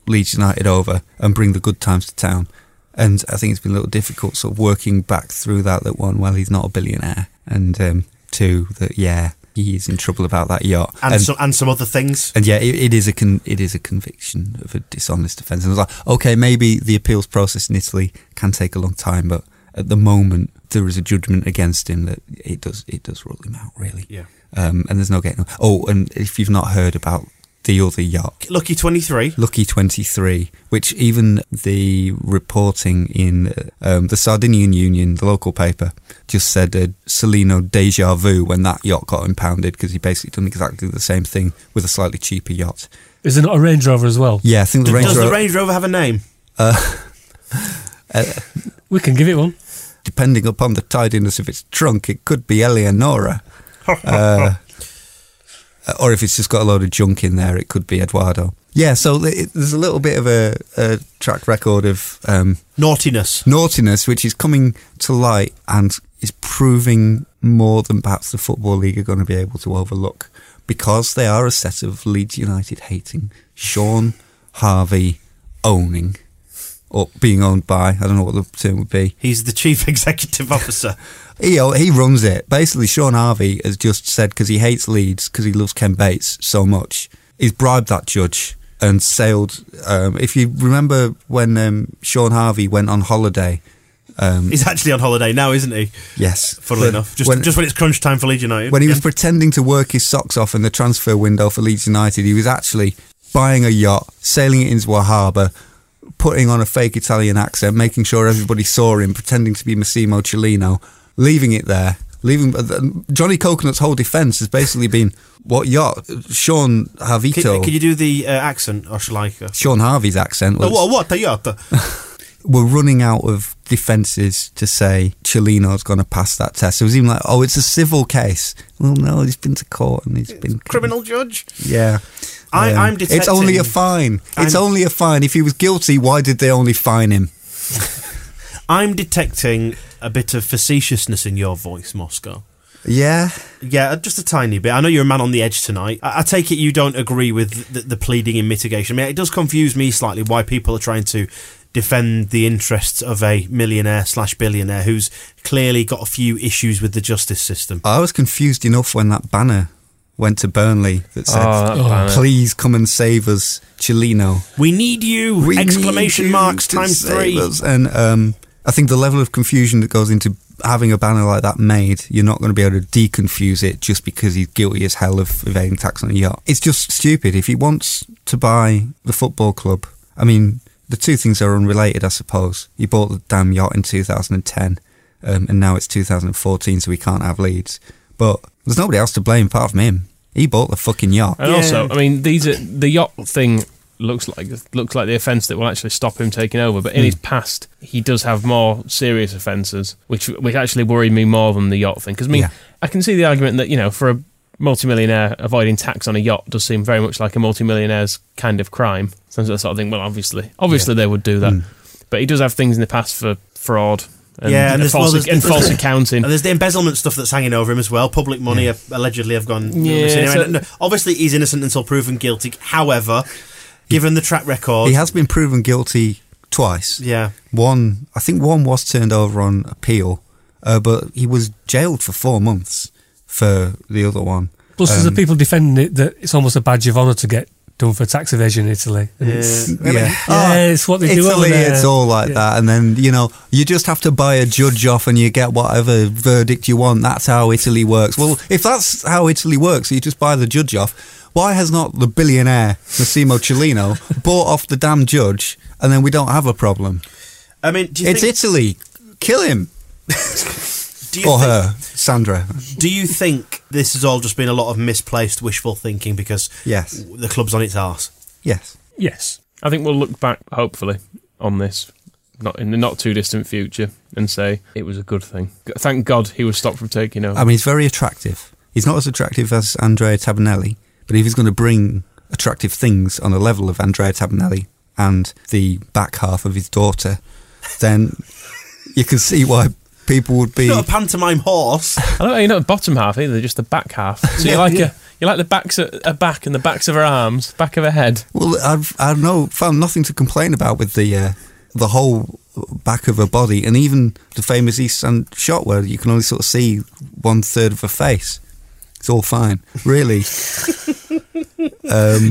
Leeds United over and bring the good times to town. And I think it's been a little difficult sort of working back through that, that one, well, he's not a billionaire. And um, two, that, yeah, he's in trouble about that yacht. And, some and some other things. And yeah, it, it is a con- it is a conviction of a dishonest offence. And I was like, okay, maybe the appeals process in Italy can take a long time, but at the moment there is a judgment against him that it does it does rule him out really. Yeah. Um, and there's no getting. Oh, and if you've not heard about the other yacht, Lucky twenty three. Lucky Twenty Three, which even the reporting in um, the Sardinian Union, the local paper, just said uh, Salino deja vu when that yacht got impounded because he basically done exactly the same thing with a slightly cheaper yacht. Is there not a Range Rover as well? Yeah, I think the Range Does Rover, the Range Rover have a name? We can give it one. depending upon the tidiness of its trunk, it could be Eleonora. Uh, or if it's just got a load of junk in there, it could be Eduardo. Yeah, so th- it, there's a little bit of a, a track record of um, Naughtiness. naughtiness, which is coming to light and is proving more than perhaps the Football League are going to be able to overlook because they are a set of Leeds United hating, Sean Harvey owning, or being owned by, I don't know what the term would be. He's the chief [LAUGHS] executive officer. He, he runs it. Basically, Sean Harvey has just said because he hates Leeds, because he loves Ken Bates so much, he's bribed that judge and sailed. Um, if you remember when um, Sean Harvey went on holiday, He's actually on holiday now, isn't he? yes, When- Funnily enough, just when, just when it's crunch time for Leeds United. when he was [LAUGHS] Yeah. pretending to work his socks off in the transfer window for Leeds United, he was actually buying a yacht, sailing it into a harbour, putting on a fake Italian accent, making sure everybody saw him, pretending to be Massimo Cellino, leaving it there. Leaving uh, the- Johnny Coconut's whole defence has basically been what yacht Sean Can, Harvito, can you do the uh, accent, or shall I? Uh, Sean Harvey's accent was what? What? Toyota. we're running out of defences to say Cellino's going to pass that test. It was even like, oh, it's a civil case. Well, no, he's been to court and he's been Criminal judge. Yeah. Um, I- I'm It's only a detecting- fine. It's I'm- only a fine. If he was guilty, why did they only fine him? I'm detecting a bit of facetiousness in your voice, Moscow. Yeah. Yeah, uh, just a tiny bit. I know you're a man on the edge tonight. I, I take it you don't agree with the, the pleading in mitigation. I mean, it does confuse me slightly why people are trying to defend the interests of a millionaire slash billionaire who's clearly got a few issues with the justice system. I was confused enough when that banner went to Burnley that said, Oh, that banner. please come and save us, Chilino. We need you! We Exclamation need you marks to times save three. us. And um, I think the level of confusion that goes into having a banner like that made, you're not going to be able to deconfuse it just because he's guilty as hell of evading tax on a yacht. It's just stupid. If he wants to buy the football club, I mean, the two things are unrelated, I suppose. He bought the damn yacht in 2010, um, and now it's 2014, so we can't have leads. But there's nobody else to blame apart from him. He bought the fucking yacht. And Yeah. also, I mean, these are the yacht thing looks like looks like the offence that will actually stop him taking over. Hmm. But in his past, he does have more serious offences, which which actually worry me more than the yacht thing. Because I mean, Yeah. I can see the argument that you know for a multimillionaire avoiding tax on a yacht does seem very much like a multimillionaire's kind of crime. So that sort of thing. Well, obviously, obviously they would do that. Hmm. But he does have things in the past for fraud. And, Yeah, and there's- well, false, there's- and false accounting. And there's the embezzlement stuff that's hanging over him as well. Public money have- allegedly have gone. Yeah, missing. I so- mean, no, obviously, he's innocent until proven guilty. However, given the track record, He has been proven guilty twice. yeah, One, I think one was turned over on appeal, uh, but he was jailed for four months for the other one. Plus, there's Um, the people defending it that it's almost a badge of honour to get done for tax evasion in Italy. And it's, yeah. Oh, Yeah, it's what they do over Italy, there. it's all like Yeah. that. And then, you know, you just have to buy a judge off and you get whatever verdict you want. That's how Italy works. Well, if that's how Italy works, you just buy the judge off. Why has not the billionaire Massimo Cellino bought off the damn judge and then we don't have a problem? I mean, do you It's think, Italy. Kill him. do you Or think- her. Sandra. Do you think this has all just been a lot of misplaced wishful thinking because Yes. the club's on its arse? Yes. Yes. I think we'll look back, hopefully, on this, not in the not too distant future, and say it was a good thing. G- Thank God he was stopped from taking over. I mean, he's very attractive. He's not as attractive as Andrea Tabinelli, but if he's going to bring attractive things on a level of Andrea Tabanelli and the back half of his daughter, then you can see why people would be. Not a pantomime [LAUGHS] horse. I don't know, you're not the bottom half either, just the back half. So you like a, you like the backs of her back and the backs of her arms, back of her head. Well, I've I know found nothing to complain about with the uh, the whole back of her body, and even the famous East End shot where you can only sort of see one third of her face. It's all fine, really.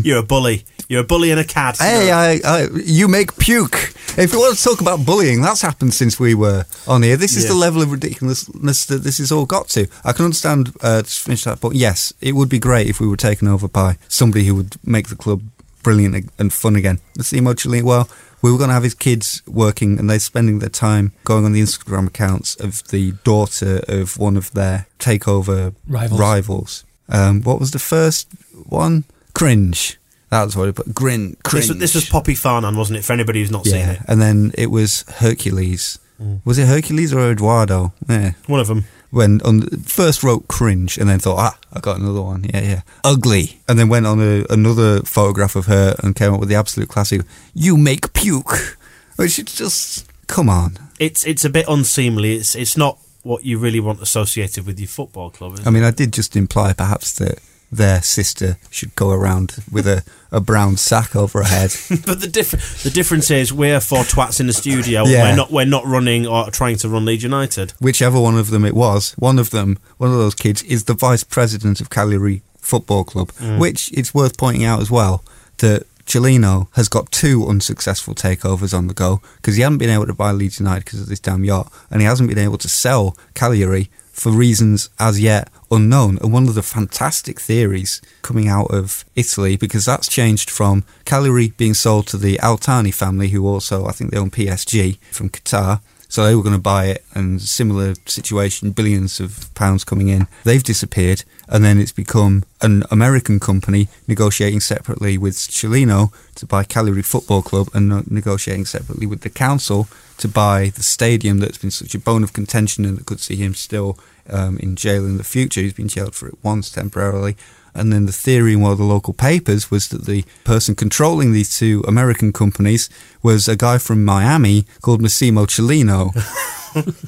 You're a bully. You're a bully and a cad. hey, I, I, you make puke. If you want to talk about bullying, that's happened since we were on here. This is the Yeah. level of ridiculousness that this has all got to. I can understand. Uh, to finish that point, yes, it would be great if we were taken over by somebody who would make the club brilliant ag- and fun again. Let's see emotionally well. We were going to have his kids working, and they're spending their time going on the Instagram accounts of the daughter of one of their takeover Rivals. rivals. Um, what was the first one? Cringe. That was what it put. Grin. Cringe. This, was- this was Poppy Farnan, wasn't it? For anybody who's not seen Yeah, it, and then it was Hercules. Was it Hercules or Eduardo? Yeah. one of them. When on first wrote cringe and then thought ah I got another one yeah yeah ugly and then went on a, another photograph of her and came up with the absolute classic you make puke which is just come on It's it's a bit unseemly. It's it's not what you really want associated with your football [LAUGHS] club. [LAUGHS] Is I mean I did just imply perhaps that their sister should go around with a, a brown sack over her head it? but the diff- the difference is we're four twats in the studio. Yeah. We're not we're not running or trying to run Leeds United. whichever one of them it was, one of them, one of those kids, is the vice president of Cagliari Football Club, which it's worth pointing out as well that Cellino has got two unsuccessful takeovers on the go because he hasn't been able to buy Leeds United because of this damn yacht, and he hasn't been able to sell Cagliari for reasons as yet unknown. And one of the fantastic theories coming out of Italy, because that's changed from Cagliari being sold to the Altani family, who also, I think they own PSG from Qatar. So they were going to buy it, and similar situation, billions of pounds coming in. They've disappeared, and then it's become an American company negotiating separately with Chilino to buy Cagliari Football Club, and no- negotiating separately with the council to buy the stadium that's been such a bone of contention and that could see him still um, in jail in the future. He's been jailed for it once temporarily. And then the theory in one of the local papers was that the person controlling these two American companies was a guy from Miami called Massimo Cellino.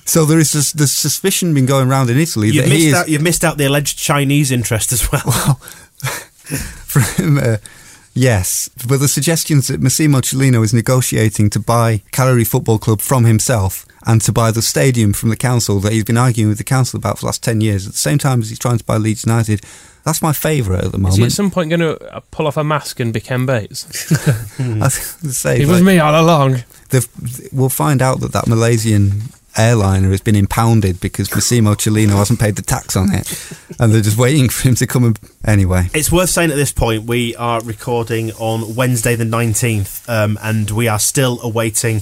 so there is this, this suspicion been going around in Italy You've that he missed is [LAUGHS] out. You've missed out the alleged Chinese interest as well. from. Uh, Yes, but the suggestions that Massimo Cellino is negotiating to buy Cagliari Football Club from himself and to buy the stadium from the council that he's been arguing with the council about for the last 10 years at the same time as he's trying to buy Leeds United, that's my favourite at the Is moment. he at some point going to pull off a mask and be Ken Bates? [LAUGHS] Mm-hmm. I was gonna say, It like, was me all along. the, we'll find out that that Malaysian airliner has been impounded because Massimo Cellino hasn't paid the tax on it, and they're just waiting for him to come. And, anyway, It's worth saying at this point we are recording on Wednesday the nineteenth, um, and we are still awaiting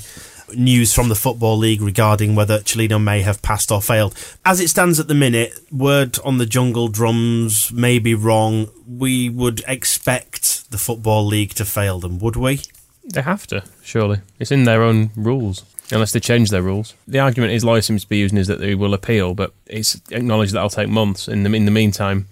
news from the football league regarding whether Chelino may have passed or failed. As it stands at the minute, word on the jungle drums may be wrong. We would expect the football league to fail them, would we? They have to, surely. It's in their own rules, unless they change their rules. The argument is Lawyer seems to be using is that they will appeal, but it's acknowledged that'll take months. In the in the meantime,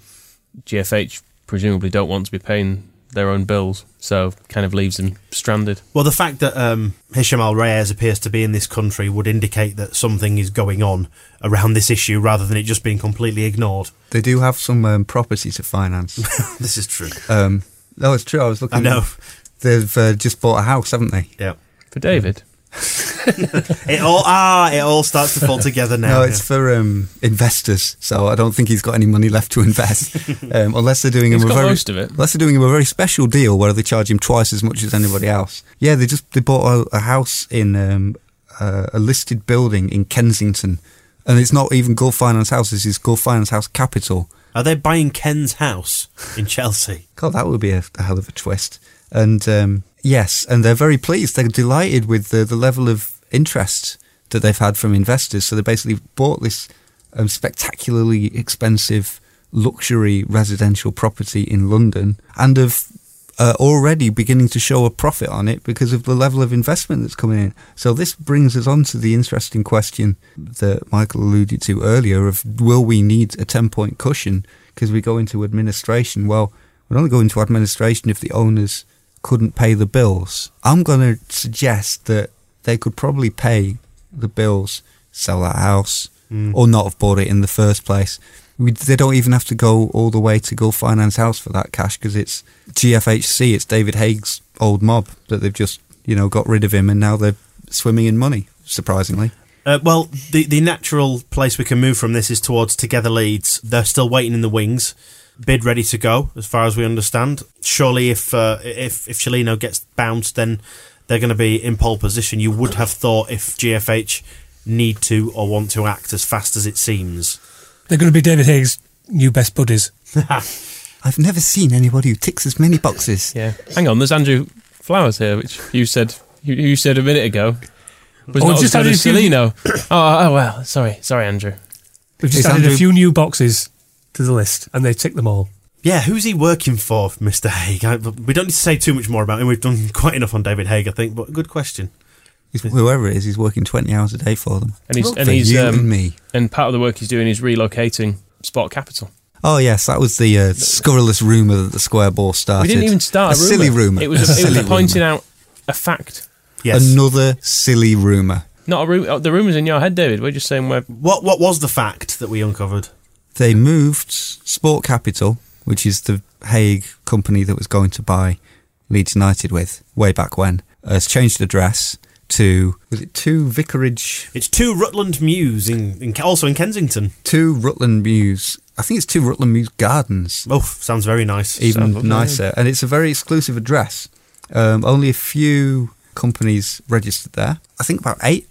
GFH presumably don't want to be paying their own bills, so kind of leaves them stranded. Well, the fact that um, Hisham Al Reyes appears to be in this country would indicate that something is going on around this issue, rather than it just being completely ignored. they do have some um, property to [LAUGHS] finance. This is true. Um, no, it's true. I was looking. I know. they've uh, just bought a house, haven't they? Yeah. For David, It all ah, it all starts to fall together now. No, it's for um, investors. So I don't think he's got any money left to invest, um, unless they're doing He's him a got very most of it. unless they're doing him a very special deal where they charge him twice as much as anybody else. Yeah, they just they bought a, a house in um, uh, a listed building in Kensington, and it's not even Gulf Finance House. This is Gulf Finance House Capital. Are they buying Ken's house in Chelsea? God, that would be a, a hell of a twist. And um, yes, and they're very pleased. They're delighted with the, the level of interest that they've had from investors. So they basically bought this um, spectacularly expensive luxury residential property in London and have uh, already beginning to show a profit on it because of the level of investment that's coming in. So this brings us on to the interesting question that Michael alluded to earlier of will we need a 10 point cushion because we go into administration? Well, would only go into administration if the owners couldn't pay the bills. I'm going to suggest that they could probably pay the bills, sell that house, or not have bought it in the first place. We, they don't even have to go all the way to Gulf Finance House for that cash because it's GFHC, it's David Haig's old mob that they've just, you know, got rid of him and now they're swimming in money, surprisingly. Uh, well, the the natural place we can move from this is towards Together Leeds. They're still waiting in the wings, bid ready to go, as far as we understand. Surely, if uh, if if Chelino gets bounced, then they're going to be in pole position. You would have thought if GFH need to or want to act as fast as it seems. They're going to be David Higgs' new best buddies. I've never seen anybody who ticks as many boxes. Yeah. Hang on, there's Andrew Flowers here, which you said you, you said a minute ago. Was Oh, not just as good added as a few- Celino. oh, oh well, sorry, sorry, Andrew. We've just Is added Andrew- a few new boxes to the list, and they tick them all. Yeah, who's he working for, Mr. Haig? I, we don't need to say too much more about him. We've done quite enough on David Haig, I think. But good question. He's- whoever it is, he's working 20 hours a day for them. And he's Well, and for he's you um, and me. and part of the work he's doing is relocating Sport Capital. Oh yes, that was the uh, scurrilous rumor that the square ball started. We didn't even start a a rumour. silly rumor. [LAUGHS] It was, a, it silly was pointing rumour. out a fact, Yes. Another silly rumor. not a rumor. The rumors in your head, David. We're just saying we're what what was the fact that we uncovered? They moved Sport Capital, which is the Hague company that was going to buy Leeds United with way back when, has changed address to was it two Vicarage, It's two Rutland Mews in, in also in Kensington. two Rutland Mews? I think it's two Rutland Mews Gardens. Oh, sounds very nice. even Sounds lovely. nicer. And it's a very exclusive address. Um, only a few companies registered there. I think about 8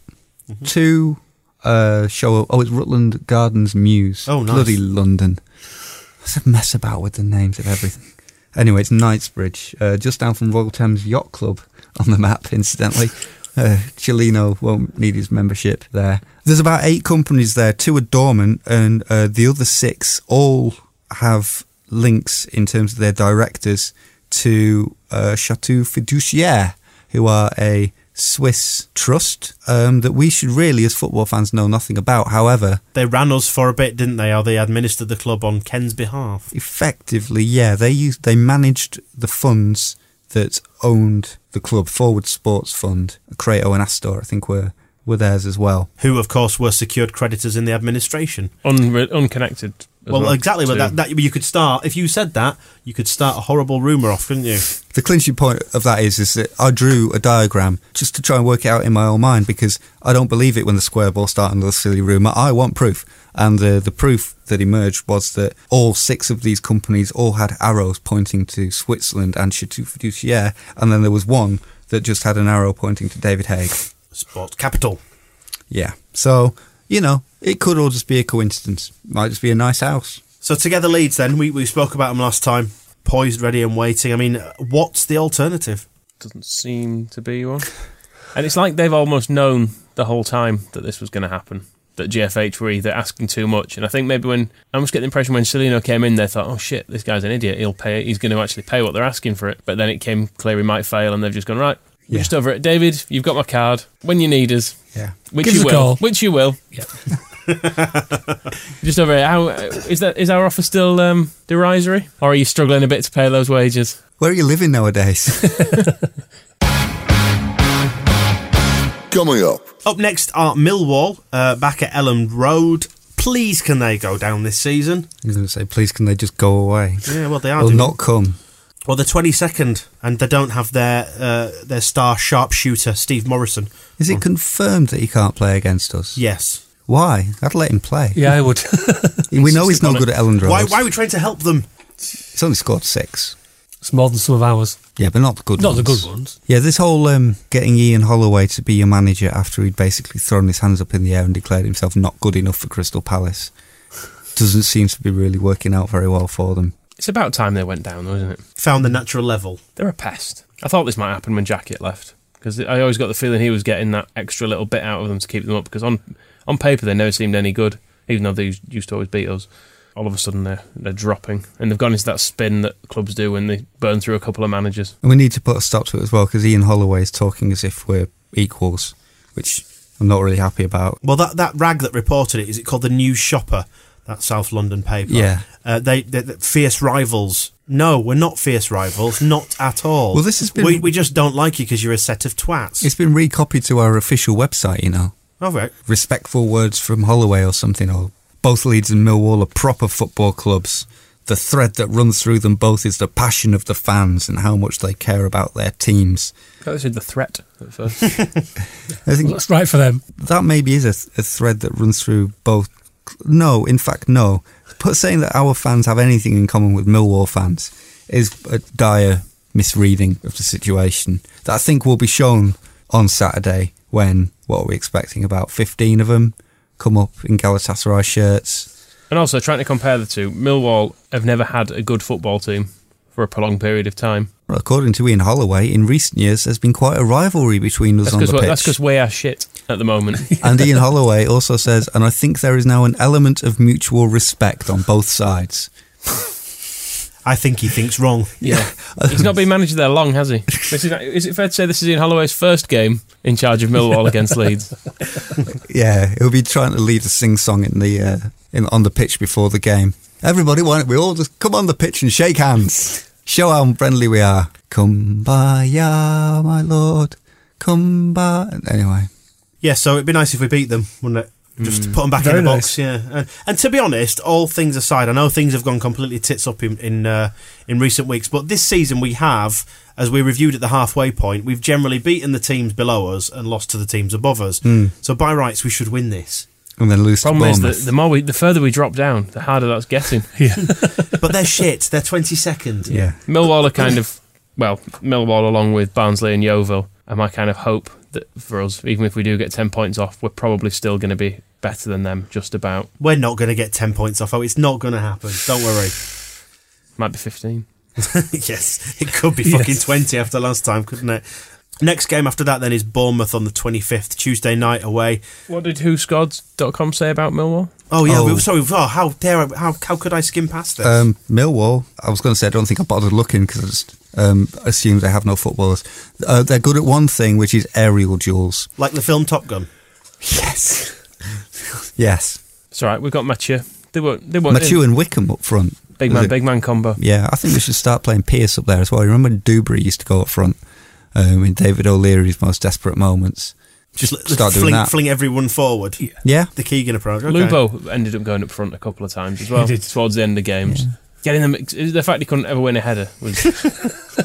Mm-hmm. Two uh, show up. Oh, it's Rutland Gardens Muse. Oh, nice. Bloody London. What's a mess about with the names of everything? Anyway, it's Knightsbridge, uh, just down from Royal Thames Yacht Club on the map, incidentally. Uh, Chilino won't need his membership there. There's about eight companies there. Two are dormant, and uh, the other six all have links in terms of their directors to uh, Chateau Fiduciaire, who are a Swiss trust um, that we should really, as football fans, know nothing about. However, They ran us for a bit, didn't they? Or they administered the club on Ken's behalf. effectively, yeah, they used they managed the funds that owned the club. Forward Sports Fund, Crato and Astor, I think were were theirs as well. Who, of course, were secured creditors in the administration. unre- unconnected. as Well, exactly. But to- that, that you could start if you said that, you could start a horrible rumor off, couldn't you? The clinching point of that is is that I drew a diagram just to try and work it out in my own mind because I don't believe it when the square ball start another silly rumour. I want proof. And the, the proof that emerged was that all six of these companies all had arrows pointing to Switzerland and Chateau Fiduciaire, and then there was one that just had an arrow pointing to David Haig. Sports capital. Yeah. So, you know, it could all just be a coincidence. Might just be a nice house. So together Leeds. Then we we spoke about them last time. Poised, ready, and waiting. I mean, what's the alternative? doesn't seem to be one. And it's like they've almost known the whole time that this was going to happen. That GFH were either asking too much, and I think maybe when I almost get the impression when Celino came in, they thought, "Oh shit, this guy's an idiot. He'll pay. He's going to actually pay what they're asking for it." But then it came clear he might fail, and they've just gone right. We're Yeah. Just over it, David. You've got my card. When you need us, Yeah. which Give you us a will, call. which you will. [LAUGHS] just over it. How is that? Is our offer still um, derisory, or are you struggling a bit to pay those wages? Where are you living nowadays? Coming up, Up next are Millwall uh, back at Elland Road. Please, can they go down this season? I'm going to say, please, can they just go away? Yeah, well they are. Or doing- not come. Well, the twenty second, and they don't have their uh, their star sharpshooter Steve Morrison. Is it confirmed that he can't play against us? Yes. Why? I'd let him play. Yeah, I would. [LAUGHS] We know he's insisted on not it. good at Elland Road. Why, why are we trying to help them? He's only scored six. it's more than some of ours. Yeah, but not the good Not ones. the good ones. Yeah, this whole um, getting Ian Holloway to be your manager after he'd basically thrown his hands up in the air and declared himself not good enough for Crystal Palace doesn't seem to be really working out very well for them. It's about time they went down, though, isn't it? Found the natural level. They're a pest. I thought this might happen when Jacket left because I always got the feeling he was getting that extra little bit out of them to keep them up. Because on on paper they never seemed any good, even though they used to always beat us. All of a sudden they're they're dropping, and they've gone into that spin that clubs do when they burn through a couple of managers. And we need to put a stop to it as well because Ian Holloway is talking as if we're equals, which I'm not really happy about. Well, that, that rag that reported it is it called the New Shopper, that South London paper. Yeah. uh, they they're, they're fierce rivals No, we're not fierce rivals, not at all. Well, this has been- We, we just don't like you because you're a set of twats. It's been recopied to our official website, you know. All right. Respectful words from Holloway or something, or both Leeds and Millwall are proper football clubs. The thread that runs through them both is the passion of the fans and how much they care about their teams. I said the threat at first. I think That's right for them. that maybe is a, th- a thread that runs through both. No, in fact, no. But saying that our fans have anything in common with Millwall fans is a dire misreading of the situation that I think will be shown on Saturday when what are we expecting? About fifteen of them come up in Galatasaray shirts. [LAUGHS] And also trying to compare the two, Millwall have never had a good football team for a prolonged period of time. Well, according to Ian Holloway, in recent years there's been quite a rivalry between us That's on the because pitch. that's because we are shit at the moment. And Ian Holloway also says, and I think there is now an element of mutual respect on both sides. I think he thinks wrong. yeah, [LAUGHS] he's not been managed there long, has he? This is, is it fair to say this is Ian Holloway's first game in charge of Millwall [LAUGHS] against Leeds? Yeah, he'll be trying to lead a sing song in the uh, in on the pitch before the game. Everybody, why don't we all just come on the pitch and shake hands? Show how friendly we are. Come by, ya, my lord. Come by. Anyway, Yeah, so it'd be nice if we beat them, wouldn't it? Just to put them back Mm. Very in the nice. box, yeah. And, and to be honest, all things aside, I know things have gone completely tits up in in, uh, in recent weeks, but this season we have, as we reviewed at the halfway point, we've generally beaten the teams below us and lost to the teams above us. Hmm. So by rights, we should win this. and then lose Problem to is Bournemouth. that the more we, the further we drop down, the harder [LAUGHS] that's getting. [LAUGHS] But they're shit. They're twenty second. yeah, Millwall are kind of well, Millwall along with Barnsley and Yeovil are my kind of hope that for us, even if we do get ten points off, we're probably still going to be better than them. Just about We're not going to get ten points off. Oh, it's not going to happen. Don't [LAUGHS] worry. might be fifteen. yes, it could be Yes. fucking 20 after last time, couldn't it? Next game after that then is Bournemouth on the 25th, Tuesday night away. What did WhoScored.com say about Millwall? Oh yeah, we Oh. were sorry. Oh, how dare I, how how could I skim past this? um, Millwall. I was going to say I don't think I bothered looking because I just um, assumed they have no footballers. Uh, they're good at one thing, which is aerial duels. like the film Top Gun. Yes, [LAUGHS] yes. It's all right. We've got Mathieu. They weren't. They weren't. Mathieu in. and Wickham up front. Big Was man, it- big man combo. Yeah, I think we should start playing Pierce up there as well. You remember Dubry used to go up front um, in David O'Leary's most desperate moments. Just Start l- doing fling that. fling everyone forward. Yeah, The Keegan approach. Okay. Lubo ended up going up front a couple of times as well He did. towards the end of games. Getting them, the fact he couldn't ever win a header was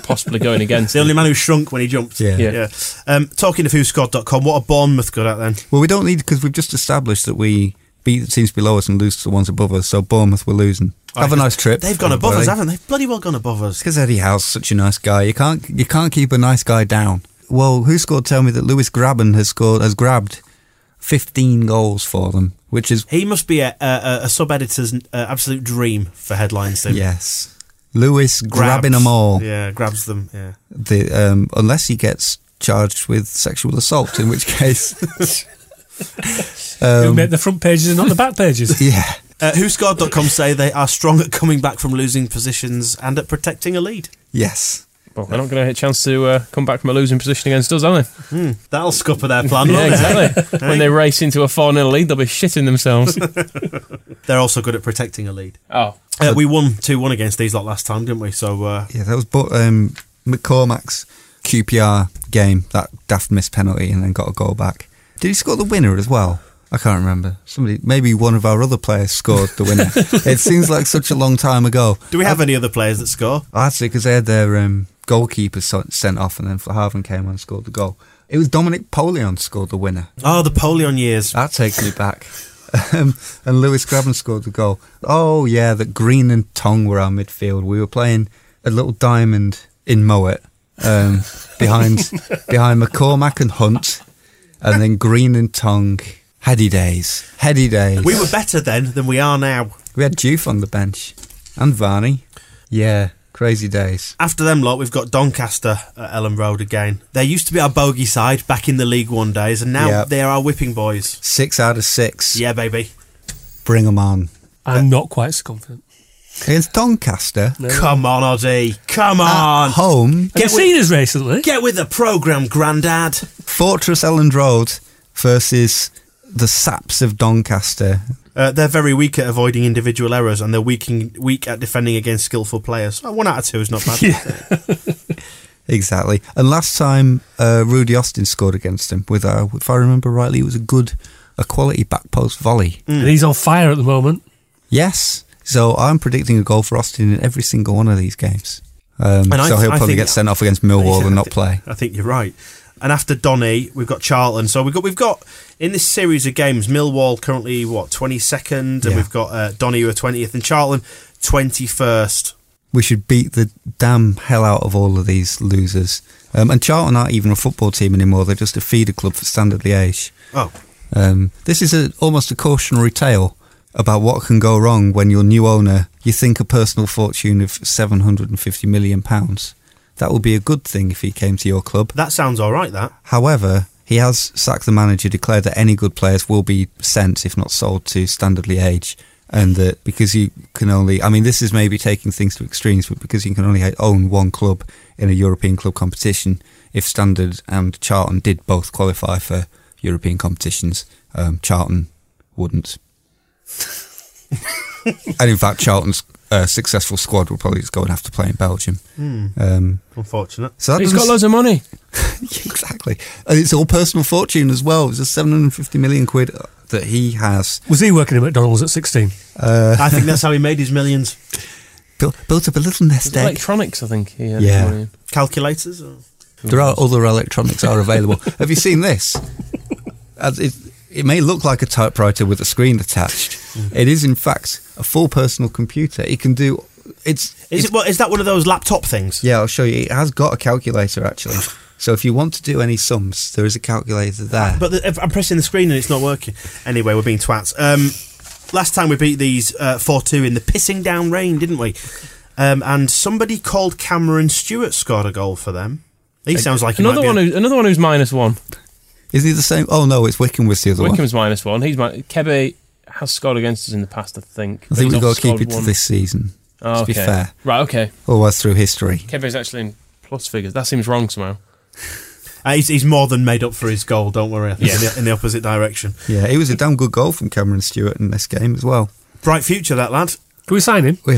possibly going against. The him. only man who shrunk when he jumped. yeah. Yeah. Yeah. Um, talking of whoscored.com, what are Bournemouth good at then? Well, we don't need because we've just established that we beat the teams below us and lose to the ones above us. So Bournemouth, we're losing. Have a nice trip. They've gone above us, haven't they? Bloody well gone above us. Because Eddie Howe's such a nice guy. You can't you can't keep a nice guy down. Well, who scored? Tell me that Lewis Graben has scored has grabbed fifteen goals for them, which is He must be a, a, a- a sub editor's uh, absolute dream for headlines. Then. yes. Lewis grabbing Grabs. them all. Yeah, grabs them. Yeah. the um, unless he gets charged with sexual assault, in which case, Um, Who make the front pages and not the back [LAUGHS] pages. yeah, Uh, WhoScored.com say they are strong at coming back from losing positions and at protecting a lead. yes, Well, they're not going to get a chance to uh, come back from a losing position against us, are they? That'll scupper their plan. yeah, won't it? exactly. when they race into a 4 0 lead, they'll be shitting themselves. [LAUGHS] They're also good at protecting a lead. oh, Uh, we won 2 1 against these lot last time, didn't we? So, uh, yeah. That was but um, McCormack's QPR game that daft missed penalty and then got a goal back. Did he score the winner as well? I can't remember. Somebody, maybe one of our other players scored the winner. it seems like such a long time ago. do we have any other players that score? Actually, because they had their um, goalkeeper so- sent off, and then Harvin came on and scored the goal. It was Dominic Polion scored the winner. Oh, the Polion years. That takes me back. um, and Lewis Graben scored the goal. Oh, yeah, that Green and Tong were our midfield. We were playing a little diamond in Mowat [LAUGHS] um, behind behind McCormack and Hunt, and then Green and Tong. Heady days. Heady days. We were better then than we are now. We had Juve on the bench and Varney. Yeah, crazy days. After them lot, we've got Doncaster at Ellen Road again. They used to be our bogey side back in the League One days, and now Yep. they are our whipping boys. Six out of six. Yeah, baby. Bring 'em on. I'm not quite so confident. Against Doncaster. Come on, Oddie. Come At on. home. Have you seen us recently? Get with the programme, Grandad. Fortress Elland Road versus the Saps of Doncaster. Uh, they're very weak at avoiding individual errors, and they're weak, in- weak at defending against skillful players. So one out of two is not [LAUGHS] bad. Exactly. And last time, uh, Rudy Austin scored against him with, a, if I remember rightly, it was a good, a quality back post volley. And he's on fire at the moment. Yes. So I'm predicting a goal for Austin in every single one of these games. Um, so And I- he'll I probably think- get sent off against Millwall Yeah, and I not thi- play. I think you're right. And after Donny, we've got Charlton. So we've got we've got in this series of games, Millwall currently what twenty second, and Yeah. we've got uh, Donny who are twentieth, and Charlton twenty first. We should beat the damn hell out of all of these losers. Um, and Charlton aren't even a football team anymore. They're just a feeder club for Standard Liège. Oh, Um, this is a, almost a cautionary tale about what can go wrong when your new owner, you think a personal fortune of £750 million. That would be a good thing if he came to your club. that sounds all right. That However, he has sacked the manager, declared that any good players will be sent, if not sold, to Standard Liège. And that because you can only, I mean, this is maybe taking things to extremes, but because you can only own one club in a European club competition, if Standard and Charlton did both qualify for European competitions, um, Charlton wouldn't. and in fact, Charlton's uh, successful squad will probably just go and have to play in Belgium. Um, unfortunate. so that He's doesn't got loads of money. [LAUGHS] exactly. And it's all personal fortune as well. It's a 750 million quid that he has Was he working at McDonald's at 16? Uh, [LAUGHS] I think that's how he made his millions. built, built up a little nest egg. Electronics, I think. He had Yeah. money in. Calculators. Or? there are other electronics are available. Have you seen this? As It, it may look like a typewriter with a screen attached. It is, in fact, a full personal computer. It can do. It's, it's- Is it? Well, is that one of those laptop things? Yeah, I'll show you. It has got a calculator actually. So if you want to do any sums, there is a calculator there. But the, if I'm pressing the screen and it's not working. Anyway, we're being twats. Um, last time we beat these uh, four two in the pissing down rain, didn't we? Um, and somebody called Cameron Stewart scored a goal for them. He sounds like he Another might be one, a- who, another one who's minus one. is he the same? Oh no, it's Wickham was the other one. Wickham's minus one. He's mi- Kebe has scored against us in the past, I think. I but think he's we've not got to keep scored it to one. this season. Oh, to be okay. fair. Right, okay. Otherwise, through history. Kebe's actually in plus figures. That seems wrong somehow. uh, he's, he's more than made up for his goal. Don't worry. I think Yeah. in, the, in the opposite direction. Yeah, it was a damn good goal from Cameron Stewart in this game as well. Bright future, that lad. Can we sign him? We-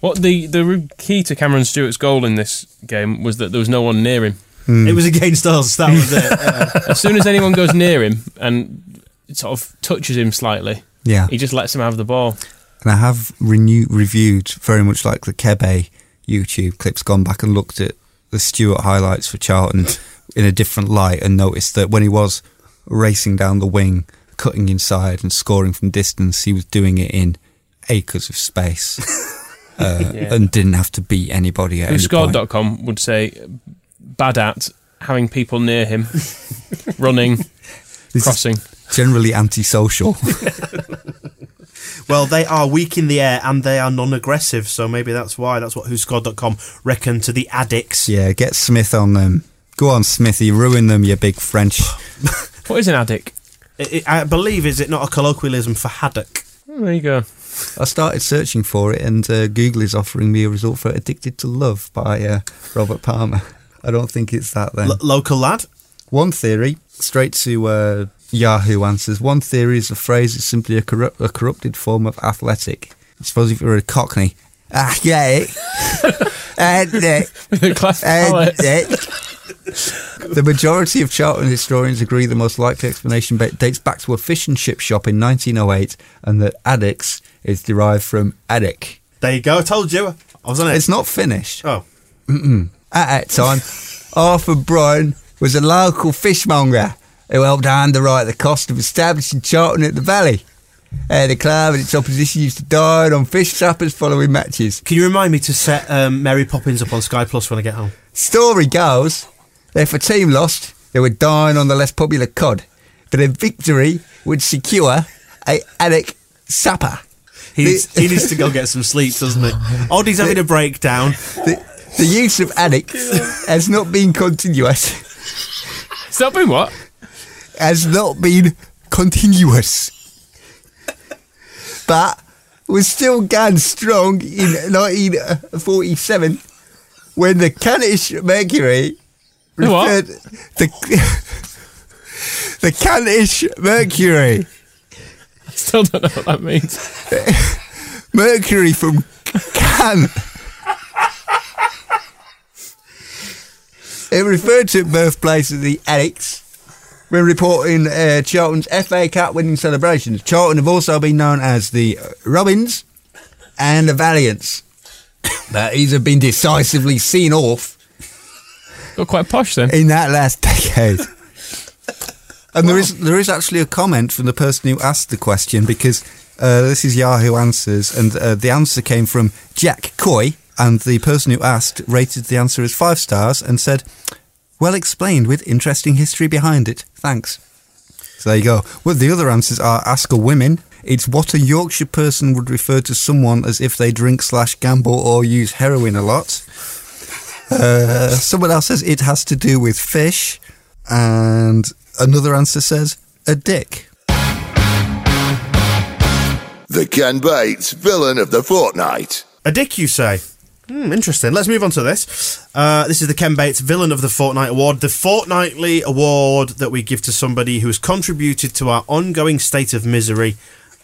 What the the re- key to Cameron Stewart's goal in this game was that there was no one near him. It was against us. That was [LAUGHS] it. Uh, As soon as anyone goes near him and sort of touches him slightly, [LAUGHS] yeah, he just lets him have the ball. and I have renew- reviewed very much like the Kebe YouTube clips, gone back and looked at the Stewart highlights for Charlton in a different light and noticed that when he was racing down the wing, cutting inside and scoring from distance, he was doing it in acres of space. Uh, [LAUGHS] Yeah. And didn't have to beat anybody at any point. WhoScored.com would say bad at having people [LAUGHS] near him, running, This is crossing. generally [LAUGHS] antisocial. well, they are weak in the air and they are non-aggressive, so maybe that's why. That's what WhoScored.com reckon to the addicts. Yeah, get Smith on them. Go on, Smithy, ruin them, you big French. What is an addict? It, it, I believe is it not a colloquialism for haddock? Oh, there [LAUGHS] you go. I started searching for it, and uh, Google is offering me a result for "Addicted to Love" by uh, Robert Palmer. I don't think it's that then. L- local lad. One theory, straight to uh, Yahoo answers. One theory is the phrase is simply a, corrupt, a corrupted form of athletic. I suppose if you were a Cockney, ah, yeah, it. and, uh, The glass and palate. it- [LAUGHS] the majority of Charlton historians agree the most likely explanation ba- dates back to a fish and chip shop in 1908 and that addicts is derived from addic. There you go. I told you. I was on it. It's not Finnish. oh, At that time, Arthur Brown was a local fishmonger who helped to underwrite the cost of establishing Charlton at the Valley. Uh, the club and its opposition used to dine on fish suppers following matches. can you remind me to set um, Mary Poppins up on Sky Plus when I get home? Story goes, if a team lost, they would dine on the less popular cod, but a victory would secure a addict supper. He The- needs, he needs to go get some sleep, doesn't [LAUGHS] he? Oddie's having a breakdown. The, the use of addicts has not been continuous. Has that been what? Has not been continuous. But was still going strong in 1947 when the Canish Mercury The what? referred [LAUGHS] the the Canish Mercury Still don't know what that means. [LAUGHS] Mercury from Can. it referred to birthplace as the Ericks. We're reporting uh, Charlton's FA Cup winning celebrations. Charlton have also been known as the Robins and the Valiants. [COUGHS] But these have been decisively seen off Got quite posh then. in that last decade. [LAUGHS] And there is there is actually a comment from the person who asked the question because uh, this is Yahoo Answers, and uh, the answer came from Jack Coy, and the person who asked rated the answer as five stars and said, "Well explained with interesting history behind it. Thanks." So there you go. Well, the other answers are ask a women. It's what a Yorkshire person would refer to someone as if they drink slash gamble or use heroin a lot. Uh, someone else says it has to do with fish, and another answer says a dick. The Ken Bates villain of the fortnight. A dick, you say? Hmm, interesting. Let's move on to this. Uh, this is the Ken Bates Villain of the Fortnight Award, the fortnightly award that we give to somebody who has contributed to our ongoing state of misery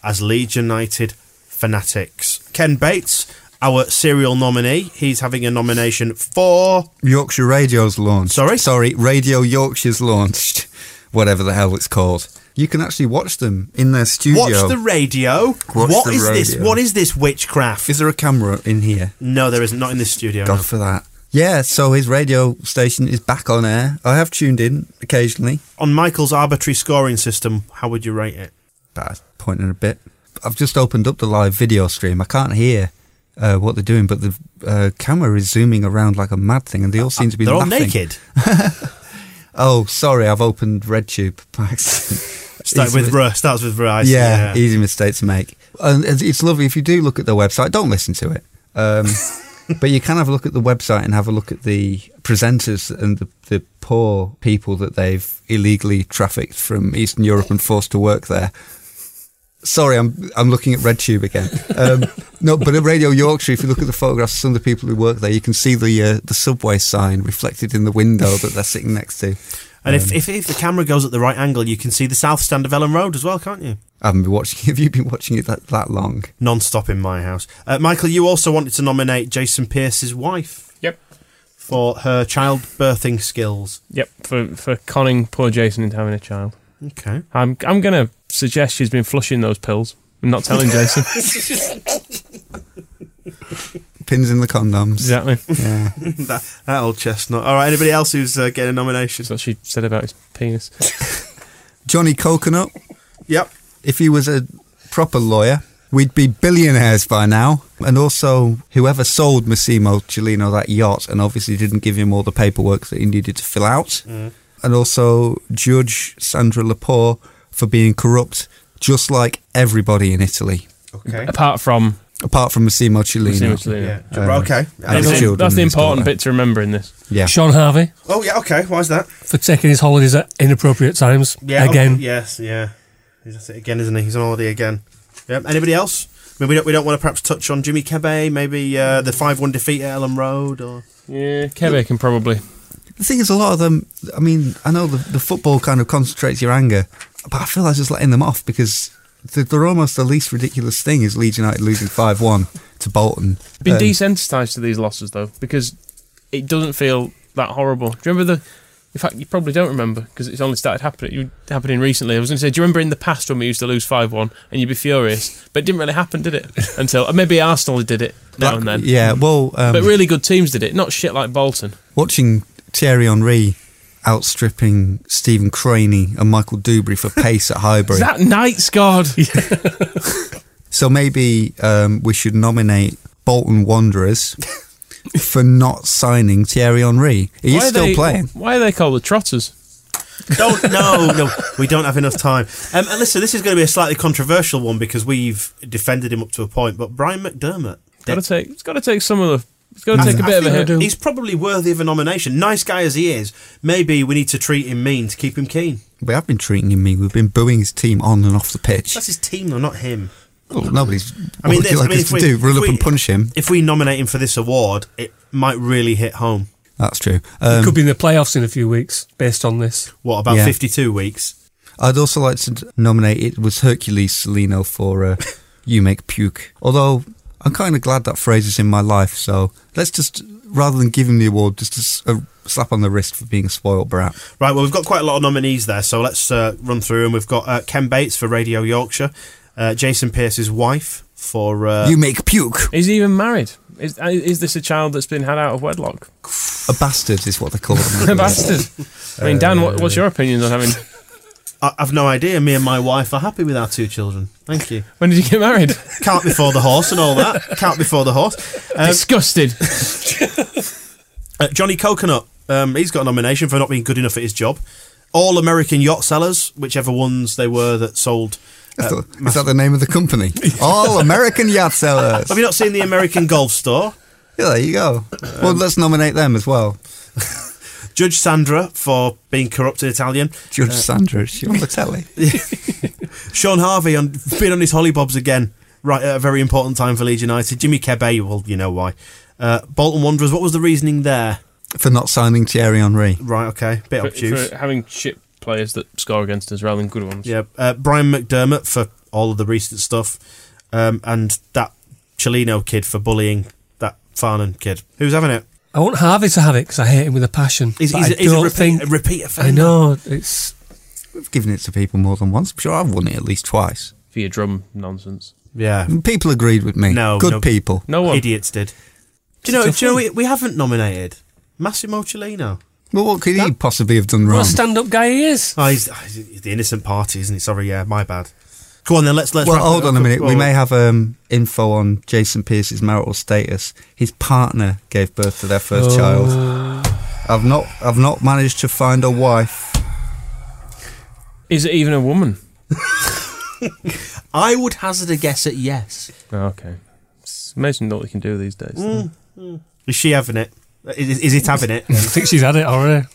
as Leeds United fanatics. Ken Bates, our serial nominee, he's having a nomination for. Yorkshire Radio's launched. Sorry? Sorry, Radio Yorkshire's launched. [LAUGHS] Whatever the hell it's called. You can actually watch them in their studio. Watch the radio. What Watch is the this? radio. What is this witchcraft? is there a camera in here? no, there isn't. Not in this studio. no. God for that. Yeah, so his radio station is back on air. I have tuned in occasionally. On Michael's arbitrary scoring system, how would you rate it? Bad pointing a bit. I've just opened up the live video stream. I can't hear uh, what they're doing, but the uh, camera is zooming around like a mad thing, and they all seem to be Uh, laughing. They're all naked. [LAUGHS] Oh, sorry, I've opened RedTube by [LAUGHS] accident. Start Easy with mi- Ver- starts with Verizon. Yeah, easy mistake to make. And it's it's lovely if you do look at their website. Don't listen to it, um, but you can have a look at the website and have a look at the presenters and the, the poor people that they've illegally trafficked from Eastern Europe and forced to work there. Sorry, I'm I'm looking at RedTube again. Um, no, but at Radio Yorkshire, if you look at the photographs of some of the people who work there, you can see the uh, the subway sign reflected in the window that they're sitting next to. And if, if, if the camera goes at the right angle, you can see the south stand of Ellen Road as well, can't you? I haven't been watching. [LAUGHS] Have you been watching it that, that long? Non stop in my house. Uh, Michael, you also wanted to nominate Jason Pierce's wife Yep. for her childbirthing skills. Yep. For for conning poor Jason into having a child. Okay. I'm I'm gonna suggest she's been flushing those pills and [LAUGHS] not telling Jason. Pins in the condoms. exactly. Yeah. that, that old chestnut. All right, anybody else who's uh, getting a nomination? That's what she said about his penis. Johnny Coconut, Yep. if he was a proper lawyer, we'd be billionaires by now. And also, whoever sold Massimo Cellino that yacht and obviously didn't give him all the paperwork that he needed to fill out. And also, Judge Sandra Lepore for being corrupt, just like everybody in Italy, [LAUGHS] Okay. Apart from apart from Massimo Massimo Cellino. Cellini. Yeah. Um, okay. and That's, his the- children that's the and stuff important like bit to remember in this. that. Yeah. Sean Harvey Oh, yeah, okay. Why is that? for taking his holidays at inappropriate times. Yeah. okay, again, Yes, yeah. He's at it again, isn't he? He's on holiday again. Yep. Anybody else? I mean, we don't, we don't want to perhaps touch on Jimmy Kebe, maybe uh, the 5 1 defeat at Ellen Road or. Yeah, Kebe can probably. The thing is, a lot of them. I mean, I know the, the football kind of concentrates your anger, but I feel like just letting them off because they're, they're almost the least ridiculous thing is Leeds United losing five one to Bolton. Been Um, desensitised to these losses though, because it doesn't feel that horrible. Do you remember the? In fact, you probably don't remember because it's only started happening you- happening recently. I was going to say, do you remember in the past when we used to lose five one and you'd be furious, but it didn't really happen, [LAUGHS] did it? Until uh, maybe Arsenal did it now and then. Yeah, well, um, But really good teams did it, not shit like Bolton. watching Thierry Henry outstripping Stephen Craney and Michael Dubry for pace at Highbury. That night scored. so maybe um, we should nominate Bolton Wanderers [LAUGHS] for not signing Thierry Henry. He Why is are still they- playing. Why are they called the Trotters? Don't [LAUGHS] no no. We don't have enough time. Um, and listen, this is going to be a slightly controversial one because we've defended him up to a point. But Brian McDermott, Got to Dick, take. It's got to take some of the. It's got to take a I bit of a think hit. He's probably worthy of a nomination. Nice guy as he is, maybe we need to treat him mean to keep him keen. We have been treating him mean. We've been booing his team on and off the pitch. That's his team, though, not him. Well, nobody's. I what would mean, you this- like I mean, us if to we- do? Run if up we- and punch him? If we nominate him for this award, it might really hit home. That's true. could Um, be in the playoffs in a few weeks based on this. What about Yeah. fifty-two weeks? I'd also like to nominate it was Hercules Celino for [LAUGHS] uh, "You Make Puke." Although I'm kind of glad that phrase is in my life, so let's just rather than give him the award, just a s- a, slap on the wrist for being a spoiled brat. Right, well, we've got quite a lot of nominees there, so let's uh, run through them. We've got uh, Ken Bates for Radio Yorkshire, uh, Jason Pierce's wife for. Uh, you make puke. Is he even married? Is, uh, is this a child that's been had out of wedlock? [LAUGHS] A bastard is what they call [LAUGHS] A them. bastard. I mean, Dan, what, what's your opinion on having? I- I've no idea. Me and my wife are happy with our two children. Thank you. When did you get married? Cart before the horse and all that. Cart before the horse. Um, Disgusted. uh, Johnny Coconut, um, he's got a nomination for not being good enough at his job. All American yacht sellers, whichever ones they were that sold. Uh, is that the name of the [LAUGHS] company? All American Yacht Sellers. have you not seen [LAUGHS] the American Golf Store? Yeah, there you go. well, let's nominate them as well. Judge Sandra for being corrupt in Italian. Judge Sandra, is she on the telly? Sean Harvey on being on his hollybobs again, right at a very important time for Leeds United. Jimmy Kebe, well, you know why. Uh, Bolton Wanderers, what was the reasoning there? [LAUGHS] For not signing Thierry Henry. Right, okay, bit for, obtuse. for having shit players that score against us rather than good ones. Yeah, uh, Brian McDermott for all of the recent stuff, um, and that Chelino kid for bullying that Farnan kid. Who's having it? I want Harvey to have it because I hate him with a passion. He's, but he's, I he's a don't repeat, think- a repeat offender. I know it's We've given it to people more than once. I'm sure I've won it at least twice. For your drum nonsense. Yeah, And people agreed with me. No, Good no. people. No one. idiots did. Do you know? Do you know we, we haven't nominated Massimo Chelino. Well, what could he possibly have done what wrong? a stand-up guy he is. Oh, he's, he's the innocent party, isn't he? Sorry, yeah, my bad. Go on then. Let's let's. Well, wrap hold it on a up. minute. We Well, may have um, info on Jason Pierce's marital status. His partner gave birth to their first child. I've not, I've not managed to find a wife. Is it even a woman? I would hazard a guess at yes. Oh, okay. It's amazing what we can do these days. Is she having it? Is, is it having it? I think she's had it eh? already.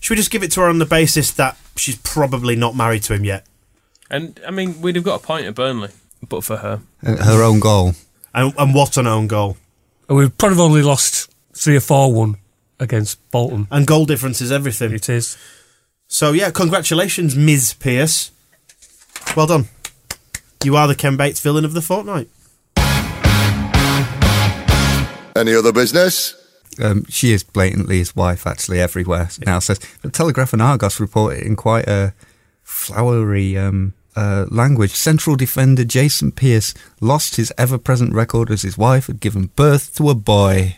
Should we just give it to her on the basis that she's probably not married to him yet? And I mean, we'd have got a pint at Burnley, but for her. Uh, Her own goal. And, and what an own goal. And we've probably only lost three or four one against Bolton. And goal difference is everything. It is. So, yeah, congratulations, Ms. Pierce. Well done. You are the Ken Bates villain of the fortnight. Any other business? Um, she is blatantly his wife, actually, everywhere now. Says the Telegraph and Argos report it in quite a flowery um, uh, language. Central defender Jason Pierce lost his ever-present record as his wife had given birth to a boy.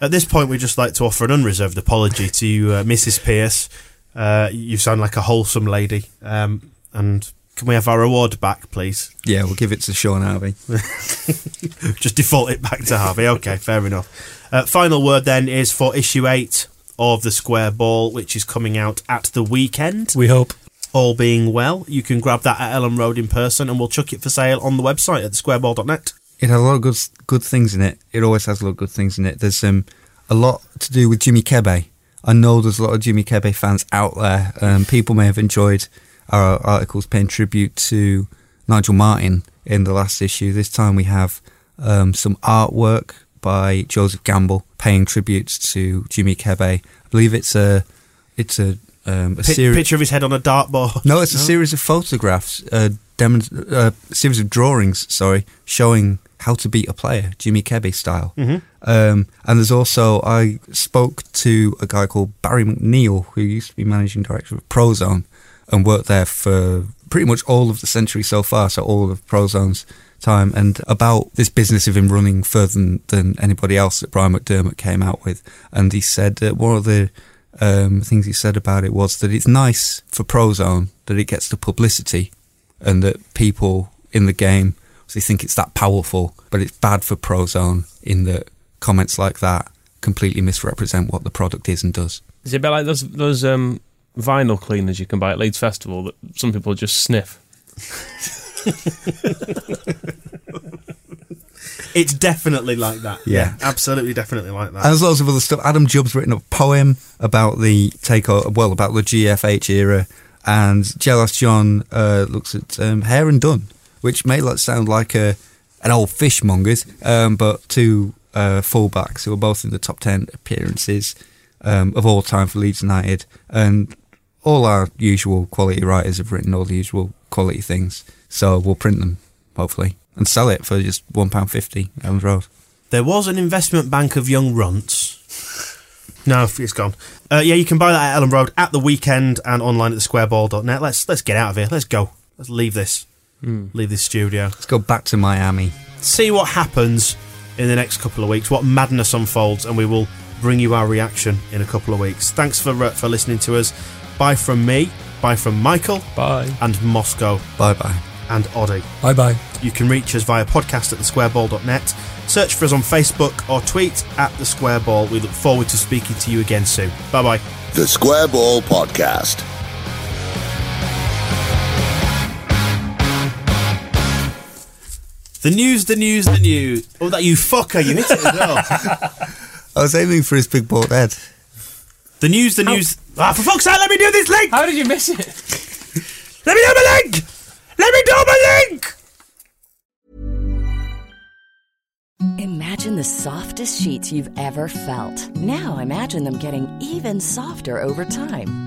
At this point, we'd just like to offer an unreserved apology to uh, Mrs. Pierce. Uh, you sound like a wholesome lady. Um, and can we have our award back, please? [LAUGHS] Yeah, we'll give it to Sean Harvey. Just default it back to Harvey. Okay, fair enough. Uh, final word then is for issue eight of the Square Ball, which is coming out at the weekend. We hope. All being well, you can grab that at Ellen Road in person, and we'll chuck it for sale on the website at thesquareball.net. It has a lot of good good things in it. It always has a lot of good things in it. There's um, a lot to do with Jimmy Kebe. I know there's a lot of Jimmy Kebe fans out there. Um, people may have enjoyed our articles paying tribute to Nigel Martin in the last issue. This time we have um, some artwork by Joseph Gamble paying tributes to Jimmy Kebe. I believe it's a it's a um, a Pi- series. picture of his head on a dartboard. No, it's a series of photographs, uh, demon- uh, series of drawings, sorry, showing how to beat a player, Jimmy Kebby style. Um, and there's also, I spoke to a guy called Barry McNeil, who used to be managing director of Prozone and worked there for pretty much all of the century so far, so all of Prozone's time, and about this business of him running further than, than anybody else that Brian McDermott came out with. And he said that one of the um, things he said about it was that it's nice for Prozone that it gets the publicity and that people in the game they think it's that powerful, but it's bad for Prozone in that comments like that completely misrepresent what the product is and does. Is it a bit like those those um, vinyl cleaners you can buy at Leeds Festival that some people just sniff? [LAUGHS] It's definitely like that. Yeah. absolutely, definitely like that. And there's loads of other stuff. Adam Jubb's written a poem about the takeover, well, about the GFH era, and Jealous John uh, looks at um, Hair and Done, which may like, sound like a an old fishmonger's, um, but two uh, fullbacks who are both in the top ten appearances um, of all time for Leeds United, and all our usual quality writers have written all the usual quality things. So we'll print them, hopefully, and sell it for just £1.50 down the road. There was an investment bank of young runts. No, it's gone. Uh, yeah, you can buy that at Ellen Road at the weekend and online at thesquareball.net. Let's let's get out of here. Let's go. Let's leave this. Leave this studio. Let's go back to Miami. See what happens in the next couple of weeks. What madness unfolds, and we will bring you our reaction in a couple of weeks. Thanks for uh, for listening to us. Bye from me. Bye from Michael Bye. and Moscow Bye bye. and Oddy. Bye bye. You can reach us via podcast at thesquareball.net. Search for us on Facebook or tweet at the Square Ball. We look forward to speaking to you again soon. Bye bye. The Square Ball Podcast. The news, the news, the news. Oh, that you fucker, you hit it [LAUGHS] as well. I was aiming for his big bald head. the news, the news. Ah, for fuck's sake, let me do this link! How did you miss it? Let me do my link! Let me do my link! Imagine the softest sheets you've ever felt. Now imagine them getting even softer over time.